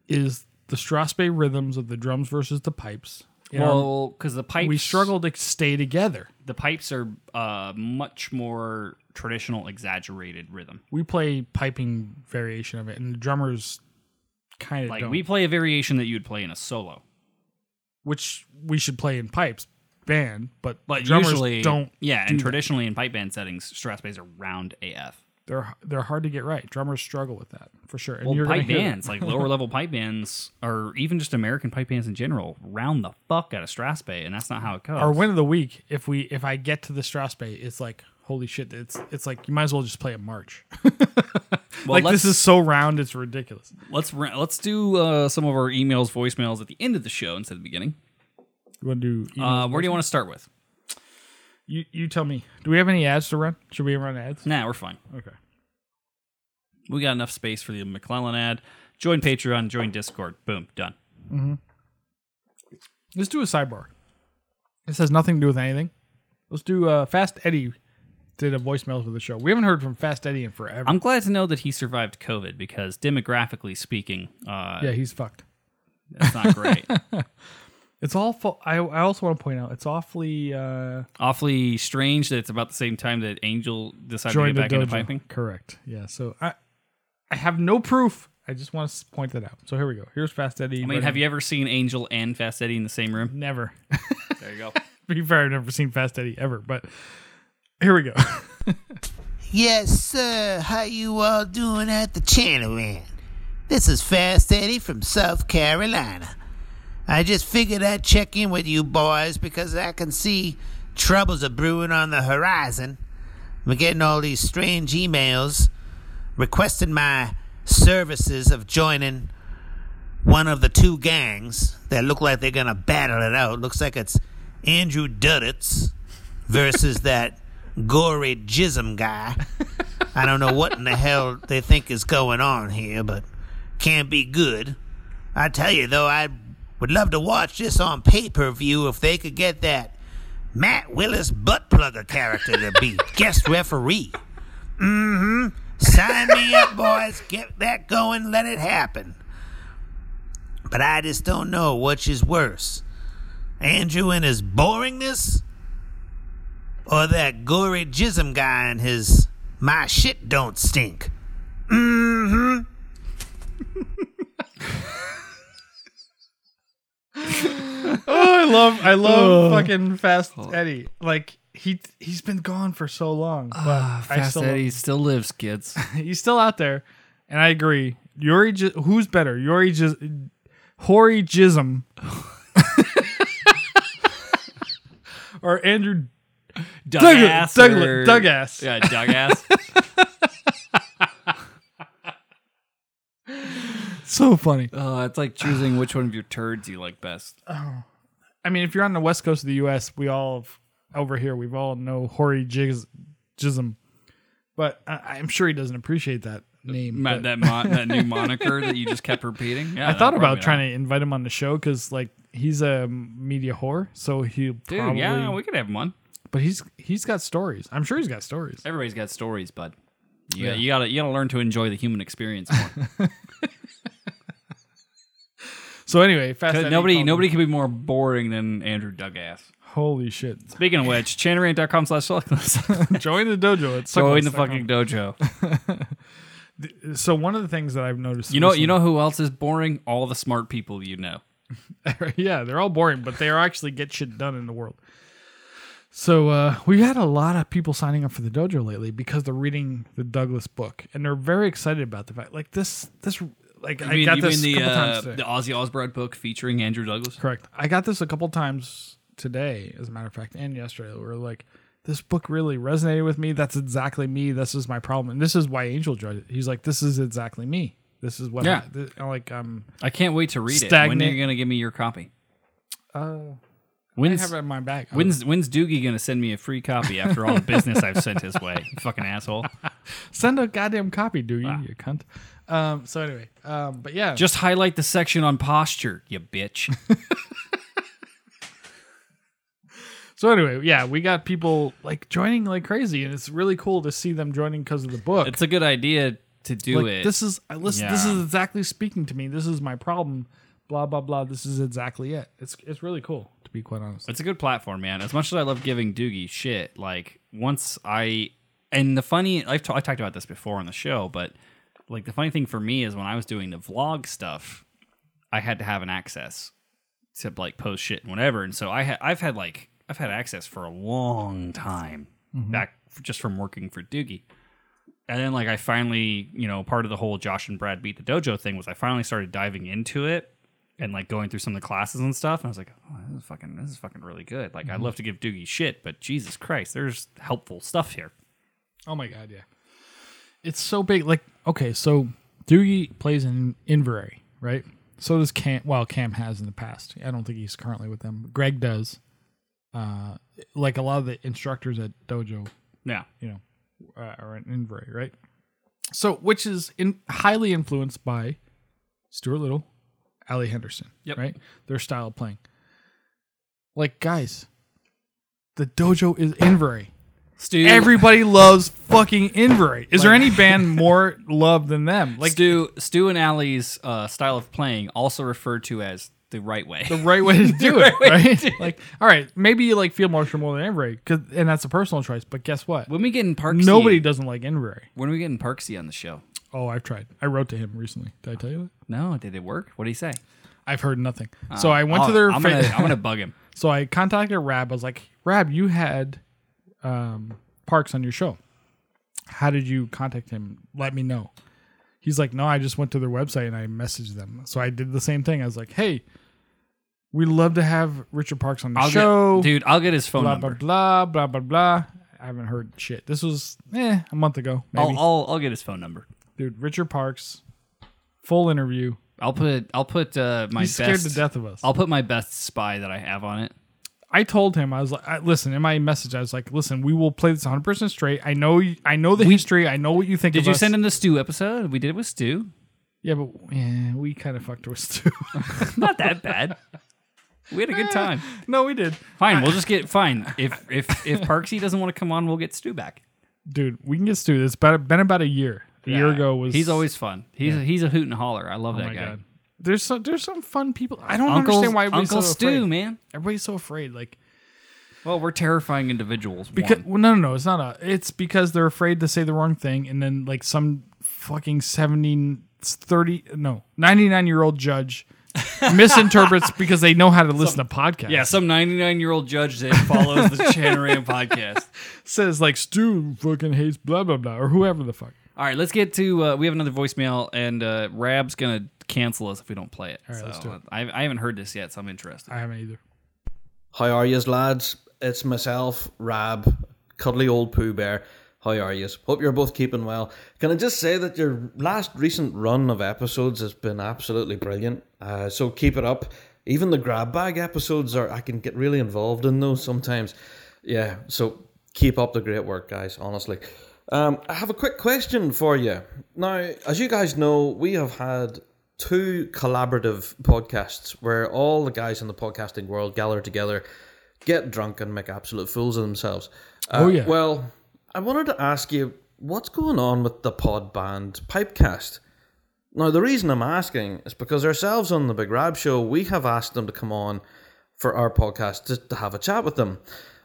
is the Strasbourg rhythms of the drums versus the pipes. In our-
Well, because the pipes
we struggle to stay together.
The pipes are uh, much more traditional exaggerated rhythm.
We play piping variation of it, and the drummers kind of
Like
don't,
we play a variation that you would play in a solo.
which we should play in pipes band, but,
But
drummers
usually
don't.
Yeah,
do
and
that.
traditionally in pipe band settings, strass bass are round AF.
They're they're hard to get right. Drummers struggle with that for sure. And
Well,
you're gonna
pipe
hear-
bands, like lower level pipe bands, or even just American pipe bands in general, round the fuck out of Strass Bay, and that's not how it goes.
our win of the week. If we if I get to the Strass Bay, it's like holy shit. It's it's like you might as well just play a march. (laughs) like
let's-
this is so round, it's ridiculous.
Let's ra- let's do uh, some of our emails, voicemails at the end of the show instead of the beginning.
You want to do?
Uh, where do you want to start with?
you you tell me. Do we have any ads to run? Should we run ads?
Nah, we're fine.
Okay.
We got enough space for the McClellan ad. Join Patreon. Join Discord. Boom. Done.
Let's do a sidebar. This has nothing to do with anything. Let's do uh, Fast Eddie did a voicemail for the show. We haven't heard from Fast Eddie in forever.
I'm glad to know that he survived COVID because demographically speaking, uh,
yeah, he's fucked.
that's not
(laughs)
great.
It's awful. I, I also want to point out it's awfully uh,
Awfully strange that it's about the same time that Angel decided
joined
to get back
the
into
dojo.
piping.
Correct. Yeah. So I I have no proof. I just want to point that out. So here we go. Here's Fast Eddie.
I mean, have you ever seen Angel and Fast Eddie in the same room?
(laughs) never? (laughs)
There you go.
to be fair, I've never seen Fast Eddie ever. But here we go. (laughs)
Yes, sir. How you all doing at the channel end? This is Fast Eddie from South Carolina. I just figured I'd check in with you boys because I can see troubles are brewing on the horizon. We're getting all these strange emails requesting my services of joining one of the two gangs that look like they're gonna battle it out. Looks like it's Andrew Duddits versus (laughs) that gory jism guy. I don't know what in the hell they think is going on here, but can't be good. I tell you though, I would love to watch this on pay per view if they could get that Matt Willis butt plugger character to be guest referee. Mm-hmm. Sign me up, boys. Get that going. Let it happen. But I just don't know which is worse. Andrew and his boringness or that gory jism guy and his my shit don't stink.
Oh, I love I love fucking Fast Eddie. Like he he's been gone for so long, but I
Ah, Fast
still
Eddie still lives, kids.
he's still out there. And I agree. Yuri, Ji- who's better, Yuri, Jiz, Hori Jism, (laughs) or Andrew?
(laughs) Doug
Doug-
ass.
Douglas-
or-
Doug ass.
Yeah, Doug
(laughs)
ass.
So funny.
oh, it's like choosing which one of your turds you like best.
I mean, if you're on the west coast of the U.S., we all have- over here we've all know Hori Jiz, Jism, but I, I'm sure he doesn't appreciate that name.
Ma-
but-
that mon- that new moniker that you just kept (laughs) repeating. Yeah,
I thought about trying to invite him on the show because like he's a media whore, so he'll
Dude,
probably.
yeah, we could have one.
but he's he's got stories. I'm sure he's got stories.
Everybody's got stories, bud. You, you gotta you gotta learn to enjoy the human experience (laughs) more.
So anyway, fast. Eddie
nobody
called
nobody can be more boring than Andrew Dugass.
him. Holy shit! (laughs)
Speaking of which, chanarant.com slash (laughs) suckless.
Join the dojo. It's
Join the fucking dojo.
So one of the things that I've noticed,
You know you know who else is boring? All the smart people you know.
recently- (laughs) yeah, they're all boring, but they are actually get shit done in the world. So uh, we've had a lot of people signing up for the dojo lately because they're reading the Douglas book and they're very excited about the fact. Like this, this, like
You
I
mean,
got
you
this
mean the
couple
uh,
times today.
the Ozzy Osbourne book featuring Andrew Douglas?
Correct. I got this a couple times today, as a matter of fact, and yesterday. Where like this book really resonated with me. That's exactly me. This is my problem, and this is why Angel dread it. He's like, this is exactly me. This is what.
Yeah.
I, th- I'm like um,
I can't wait to read it. When are
Stagnant.
you gonna give me your copy?
uh, I
When's
have it in my back.
when's when's Doogie gonna send me a free copy after all the business I've sent his way? You fucking asshole.
(laughs) Send a goddamn copy, do you? You cunt. Um. So anyway. Um. But yeah.
Just highlight the section on posture, you bitch.
so anyway. Yeah. We got people like joining like crazy, and it's really cool to see them joining because of the book.
It's a good idea to do
like,
it.
This is I listen. This
Yeah.
is exactly speaking to me. This is my problem. Blah blah blah. This is exactly it. It's it's really cool to be quite honest.
it's a good platform, man. As much as I love giving Doogie shit, like once I and the funny I've ta- I talked about this before on the show, but like the funny thing for me is when I was doing the vlog stuff, I had to have an access to like post shit and whatever, and so I ha- I've had like I've had access for a long time back f- just from working for Doogie. And then, like, I finally, you know, part of the whole Josh and Brad beat the dojo thing was I finally started diving into it and like going through some of the classes and stuff. And I was like, oh, this is fucking, this is fucking really good. Like, I'd love to give Doogie shit, but Jesus Christ, there's helpful stuff here.
Oh my god, yeah. It's so big. Like, okay, so Doogie plays in Inverary, right? So does Cam. Well, Cam has in the past. I don't think he's currently with them. Greg does. Uh, like a lot of the instructors at dojo,
Yeah.
you know, uh, are in Inverary, right? So, which is in highly influenced by Stuart Little, Ali Henderson,
Yep.
right? Their style of playing. Like guys, the dojo is Inverary.
Stu,
Everybody loves fucking Inverary. Is there any band more loved than them? Like
Stu, Stu and Allie's uh, style of playing, also referred to as the right way.
the right way to do it,
way to
right?
do it.
Like, all right, maybe you like Field Marshal more than Inverary, 'cause- and that's a personal choice. But guess
(laughs)
what?
when we get in Parksy,
Nobody doesn't like Inverary.
When are we getting Parksy on the show?
Oh, I've tried. I wrote to him recently. Did I tell you that?
No, did it work? What did he say?
I've heard nothing. so I went
I'll-
to their.
Uh, oh, I'm
fa-
gonna, I'm gonna bug him.
(laughs) So I contacted Rab. I was like, Rab, you had um, Parks on your show. How did you contact him? Let me know. He's like, no, I just went to their website and I messaged them. So I did the same thing. I was like, hey, we love to have Richard Parks on the
I'll get-
show.
dude. I'll get his phone
blah,
number.
blah, blah, blah, blah, blah. I haven't heard shit. This was eh, a month ago, maybe.
I'll, I'll I'll get his phone number.
Dude, Richard Parks, full interview.
I'll put I'll put uh, my
He's scared
best.
to death of us.
I'll put my best spy that I have on it.
I told him I was like, I, listen. In my message, I was like, listen, we will play this 100 percent straight. I know, you- I know the history. I know what you think.
Did
of
you
us.
send him the stew episode? We did it with stew. (laughs)
Yeah, but yeah, we kind of fucked with too.
Not that bad. We had a
Eh.
good time.
(laughs) no, we did,
Fine, we'll just get fine. If if if Parksy doesn't want to come on, we'll get Stu back.
dude. We can get Stu. It's about, been about a year. A year ago was
He's always fun. He's he's a hoot and holler. I love
Oh
that
my
guy.
god. There's some there's some fun people. I don't
Uncle
understand why everybody's
Uncle
so
Stu,
afraid.
man.
Everybody's so afraid. Like
Well, we're terrifying individuals.
because
one.
well, no, no, no. It's not a. It's because they're afraid to say the wrong thing, and then like some fucking 70, 30, no, ninety nine year
(laughs)
old judge. misinterprets because they know how to listen to podcasts.
yeah, some 99 year old judge (laughs) that follows the Chanaran podcast.
says like Stu fucking hates blah blah blah or whoever the fuck.
All right, let's get to. Uh, we have another voicemail, and uh, Rab's gonna cancel us if we don't play it. All
right, let's do it.
I, I haven't heard this yet, so I'm interested.
I haven't either.
How are yous, lads? It's myself, Rab, cuddly old Pooh Bear. How are yous? Hope you're both keeping well. Can I just say that your last recent run of episodes has been absolutely brilliant. Uh, so keep it up. Even the grab bag episodes are, I can get really involved in those sometimes. Yeah, so keep up the great work, guys, honestly. Um, I have a quick question for you. Now, as you guys know, we have had two collaborative podcasts where all the guys in the podcasting world gather together, get drunk, and make absolute fools of themselves. Uh,
Oh, yeah.
Well, I wanted to ask you what's going on with the pod band Pipecast? Now, the reason I'm asking is because ourselves on the Big Rab Show, we have asked them to come on for our podcast to, to have a chat with them.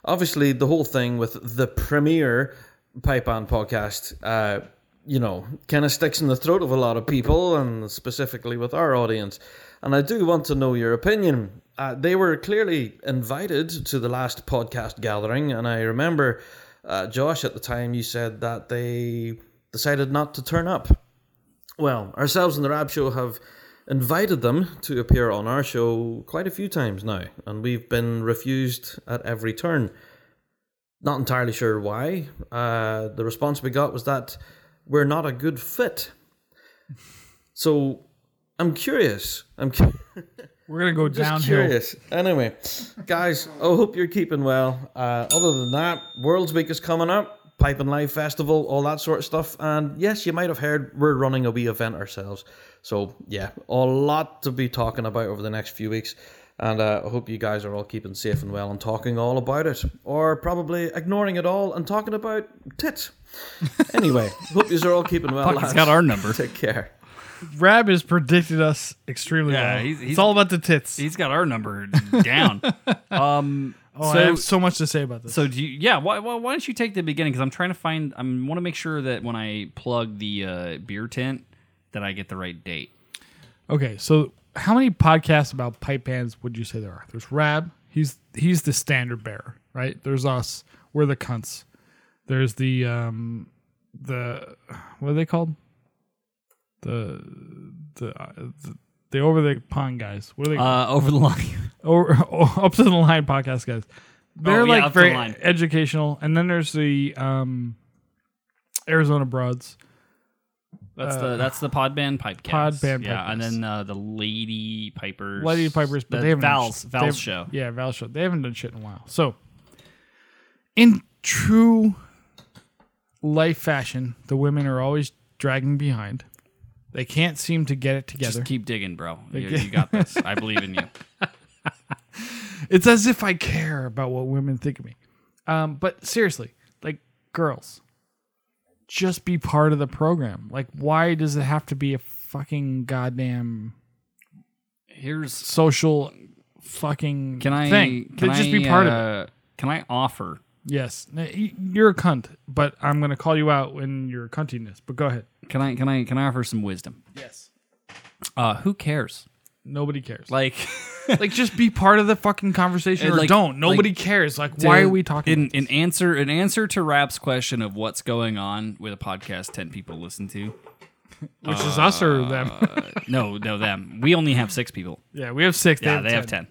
Obviously, the whole thing with the premier Pipe Band podcast, uh, you know, kind of sticks in the throat of a lot of people, and specifically with our audience. And I do want to know your opinion. Uh, they were clearly invited to the last podcast gathering, and I remember, uh, Josh, at the time, you said that they decided not to turn up. Well, ourselves and the Rab Show have invited them to appear on our show quite a few times now, and we've been refused at every turn. Not entirely sure why. Uh, the response we got was that we're not a good fit. So I'm curious. I'm cu-
We're gonna go
just
downhill.
curious. Anyway, guys, I hope you're keeping well. Uh, other than that, World's Week is coming up, Pipe and Live Festival, all that sort of stuff. And yes, you might have heard we're running a wee event ourselves. So yeah, a lot to be talking about over the next few weeks. And uh, I hope you guys are all keeping safe and well and talking all about it, or probably ignoring it all and talking about tits. Anyway, hope you are all keeping well.
Fuck, he's
lads.
got our number.
Take care.
Rab has predicted us extremely
Yeah,
well.
he's- he's- (laughs)
it's all about the tits.
He's got our number down. um,
Oh,
So-
I have so much to say about this.
So do you, yeah, why, why, why don't you take the beginning? Because I'm trying to find. I want to make sure that when I plug the uh, beer tent, that I get the right date.
Okay, so how many podcasts about pipe bands would you say there are? There's Rab. He's he's the standard bearer, right? There's us. We're the cunts. There's the um the what are they called? The the uh, the, the over the pond guys. What are they?
Uh, over the line. (laughs)
(laughs) or, up to the line podcast guys. They're
Oh, yeah, Up
like
to the
very
Line.
educational. And then there's the um Arizona Broads.
That's the that's the Podband Pipecast.
Uh, Pod Band
yeah,
Pipecast.
and then uh, the Lady Pipers.
Lady Pipers, but
the
they haven't done
Val's
sh-
Val's
they-
show.
Yeah, Val's show. They haven't done shit in a while. So, in true life fashion, the women are always dragging behind. They can't seem to get it together.
Just keep digging,
(laughs)
bro. You, you got this. I believe in you.
it's as if I care about what women think of me. Um, but seriously, like girls, just be part of the program. Like, why does it have to be a fucking goddamn
Here's
social fucking
can I
thing?
Can
just
I,
be part of it.
uh, Can I offer?
Yes, N- y- you're a cunt, but I'm gonna call you out when your cuntiness. But go ahead.
Can I can I can I offer some wisdom?
Yes.
Uh, who cares?
Nobody cares. Like,
Like, (laughs)
just be part of the fucking conversation,
And
or
like-
don't. Nobody
like,
cares. Like, why are
Dude,
we talking?
In,
about this?
in answer, an answer to Rap's question of what's going on with a podcast ten people listen to. Uh,
Which is us or them? (laughs)
No, no, them. We only have six people.
yeah, we have six.
yeah, they have ten.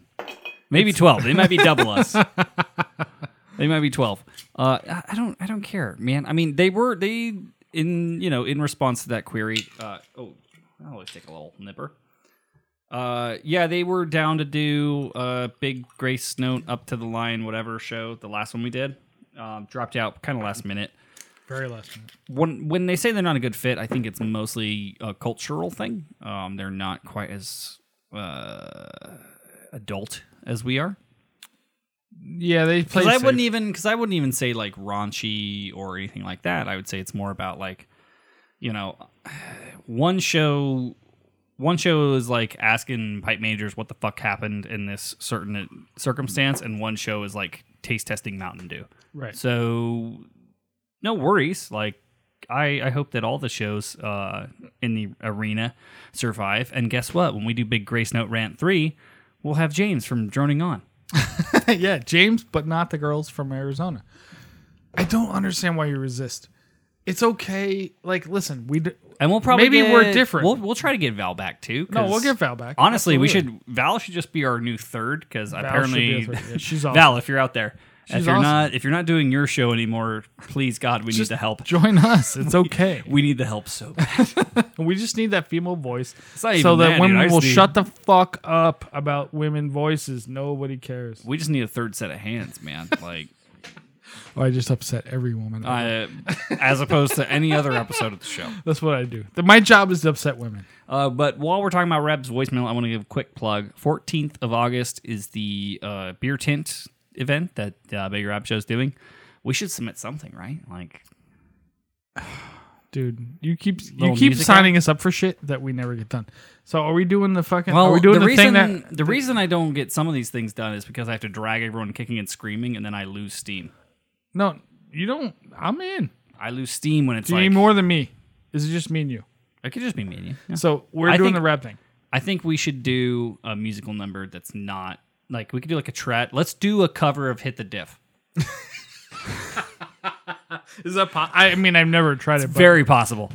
Maybe twelve. They might be double us. (laughs) They might be twelve. Uh, I I don't. I don't care, man. I mean, they were they in you know in response to that query. Uh, oh, I always take a little nipper. Uh, yeah, they were down to do uh big Grace Snow up to the line whatever show the last one we did. Um, dropped out kind of last minute
Very last minute.
when when they say they're not a good fit, I think it's mostly a cultural thing. Um, they're not quite as uh, adult as we are.
Yeah, they play.
Because I
safe.
wouldn't even because I wouldn't even say like raunchy or anything like that. I would say it's more about like, you know, (sighs) one show. One show is like asking pipe managers what the fuck happened in this certain circumstance, and one show is like taste testing Mountain Dew.
Right.
So no worries. Like I, I hope that all the shows uh, in the arena survive. And guess what? When we do Big Grace Note Rant three, we'll have James from Droning On.
(laughs) yeah, James, but not the girls from Arizona. I don't understand why you resist. It's okay. Like, listen, we. D-
And we'll probably
Maybe
get-
we're different.
We'll, we'll try to get Val back too.
No,
'cause
we'll get Val back.
Honestly,
Absolutely.
we should. Val should just be our new third because
should
apparently
be our third. Yeah, she's
(laughs)
awesome.
Val. If you're out there, if
She's
you're
awesome.
not, if you're not doing your show anymore, please God, we need the help.
join us. It's okay.
We need the help so bad.
we just need that female voice
not even
so that
that, dude.
women
I just
will
need-
shut the fuck up about women voices. Nobody cares.
we just need a third set of hands, man. Like.
Oh, I just upset every woman.
uh, as opposed to any other episode of the show.
That's what I do. Th- My job is to upset women.
Uh, but while we're talking about Reb's voicemail, I want to give a quick plug. 14th of August is the uh, beer tent event that uh, Big Rab Show's doing. We should submit something, right? Like,
Dude, you keep
Little
you keep
music
signing us up for shit that we never get done. So are we doing the fucking?
well,
are we doing
the,
the,
reason
thing that?
the reason I don't get some of these things done is because I have to drag everyone kicking and screaming, and then I lose steam.
No, you don't. I'm in.
I lose steam when it's
Do you
like
need more than me? Is it just me and you?
It could just be me. and you. Yeah.
So we're
I
doing
think-
the rap thing.
I think we should do a musical number that's not like we could do like a trat. Let's do a cover of "Hit the Diff."
Is that? Po- I mean, I've never tried it. But
Very possible.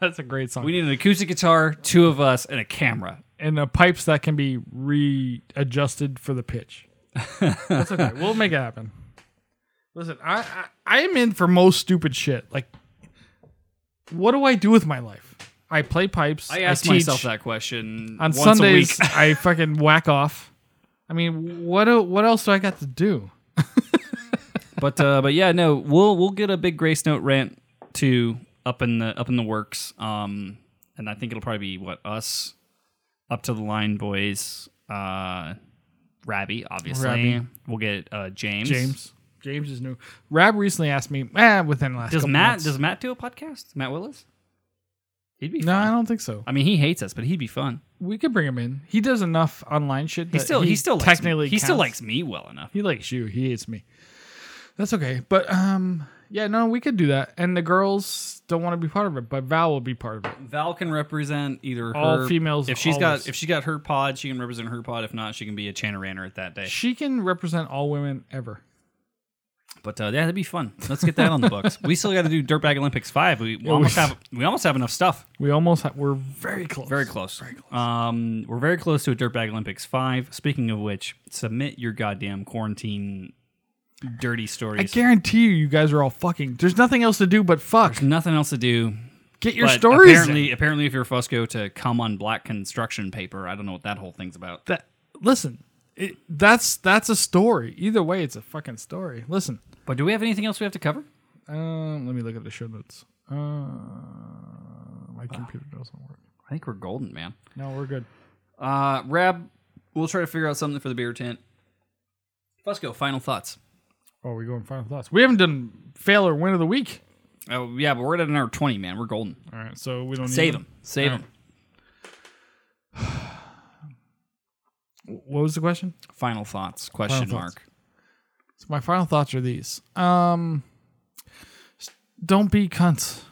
that's a great
(laughs)
song.
We need an acoustic guitar, two of us, and a camera.
and the pipes that can be readjusted for
(laughs)
the pitch. That's okay. We'll make it happen. Listen, I, I I am in for most stupid shit. Like, what do I do with my life? I play pipes.
I asked
teach.
myself that question
on
once
Sundays.
A week.
I fucking whack off. I mean, what do- what else do I got to do?
But uh, but yeah, no, we'll we'll get a big grace note rant to up in the up in the works. Um, and I think it'll probably be what us up to the line boys. Uh, Rabby, obviously.
Rabby.
We'll get uh, James.
James. James is new. Rab recently asked me. Ah, within the last
Does
couple
Matt
months.
does Matt do a podcast? Matt Willis? He'd be
No, I
fun.
don't think so.
I mean, he hates us, but he'd be fun.
We could bring him in. He does enough online shit.
He
that
still he, still
technically
likes me. he still
counts.
likes me well enough.
He likes you. He hates me. That's okay. But um, yeah, no, we could do that. And the girls don't want to be part of it, but Val will be part of it.
Val can represent either
All
her-
females,
If she's
always.
got if she got her pod, she can represent her pod. If not, she can be a Chanaraner at that day.
She can represent all women ever.
But uh, yeah, that'd be fun. Let's get that on the books. We still got to do Dirtbag Olympics five. We, we almost have we almost have enough stuff.
We almost ha- we're very close.
Very close. Um, we're very close to a Dirtbag Olympics five. Speaking of which, submit your goddamn quarantine dirty
I
stories.
guarantee you, you guys are all fucking. There's nothing else to do but fuck.
Nothing else to do.
Get your
But
stories.
Apparently,
in.
apparently, if you're Fusco to come on black construction paper, I don't know what that whole thing's about.
That, listen, it, that's that's a story. Either way, it's a fucking story. Listen,
But do we have anything else we have to cover?
um, let me look at the show notes. Uh, my
Uh,
computer doesn't work.
I think we're golden, man.
No, we're good.
Uh, Rab, we'll try to figure out something for the beer tent. Fusco, final thoughts.
Oh, we're going final thoughts. We haven't done fail or win of the week.
Oh yeah, but we're at an hour twenty, man. We're golden.
All right, so we don't
Save
need
them. Save them.
Alright. What was the question?
Final thoughts? Question
Final
mark.
thoughts. So my final thoughts are these. Um, s- don't be cunts.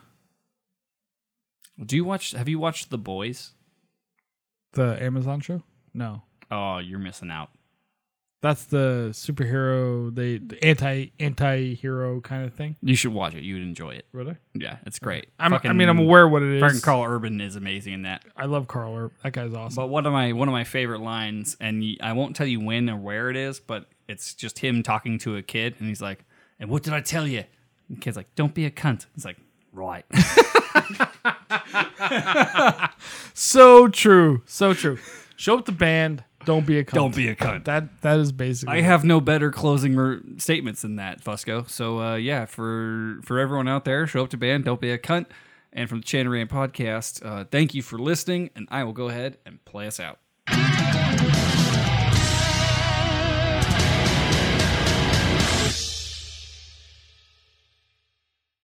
Do you watch? Have you watched The Boys?
The Amazon show? No,
Oh, you're missing out.
that's the superhero, they the anti anti hero kind of thing.
You should watch it. You'd enjoy it.
Really?
Yeah, it's great.
I'm, I
Fucking-
mean, I'm aware what it
Fucking
is.
Carl Urban is amazing in that.
I love Carl. Urban. That guy's awesome.
But one of my one of my favorite lines, and y- I won't tell you when or where it is, but it's just him talking to a kid, and he's like, "And what did I tell you?" And the kid's like, "Don't be a cunt." He's like, "Right." (laughs)
so true. So true. Show up the band. Don't be a cunt.
Don't be a cunt.
That that is basically.
I have no better closing mer- statements than that, Fusco. So uh, yeah, for for everyone out there, show up to band, don't be a cunt. And from the Channeran podcast, uh, thank you for listening, and I will go ahead and play us out.
Thank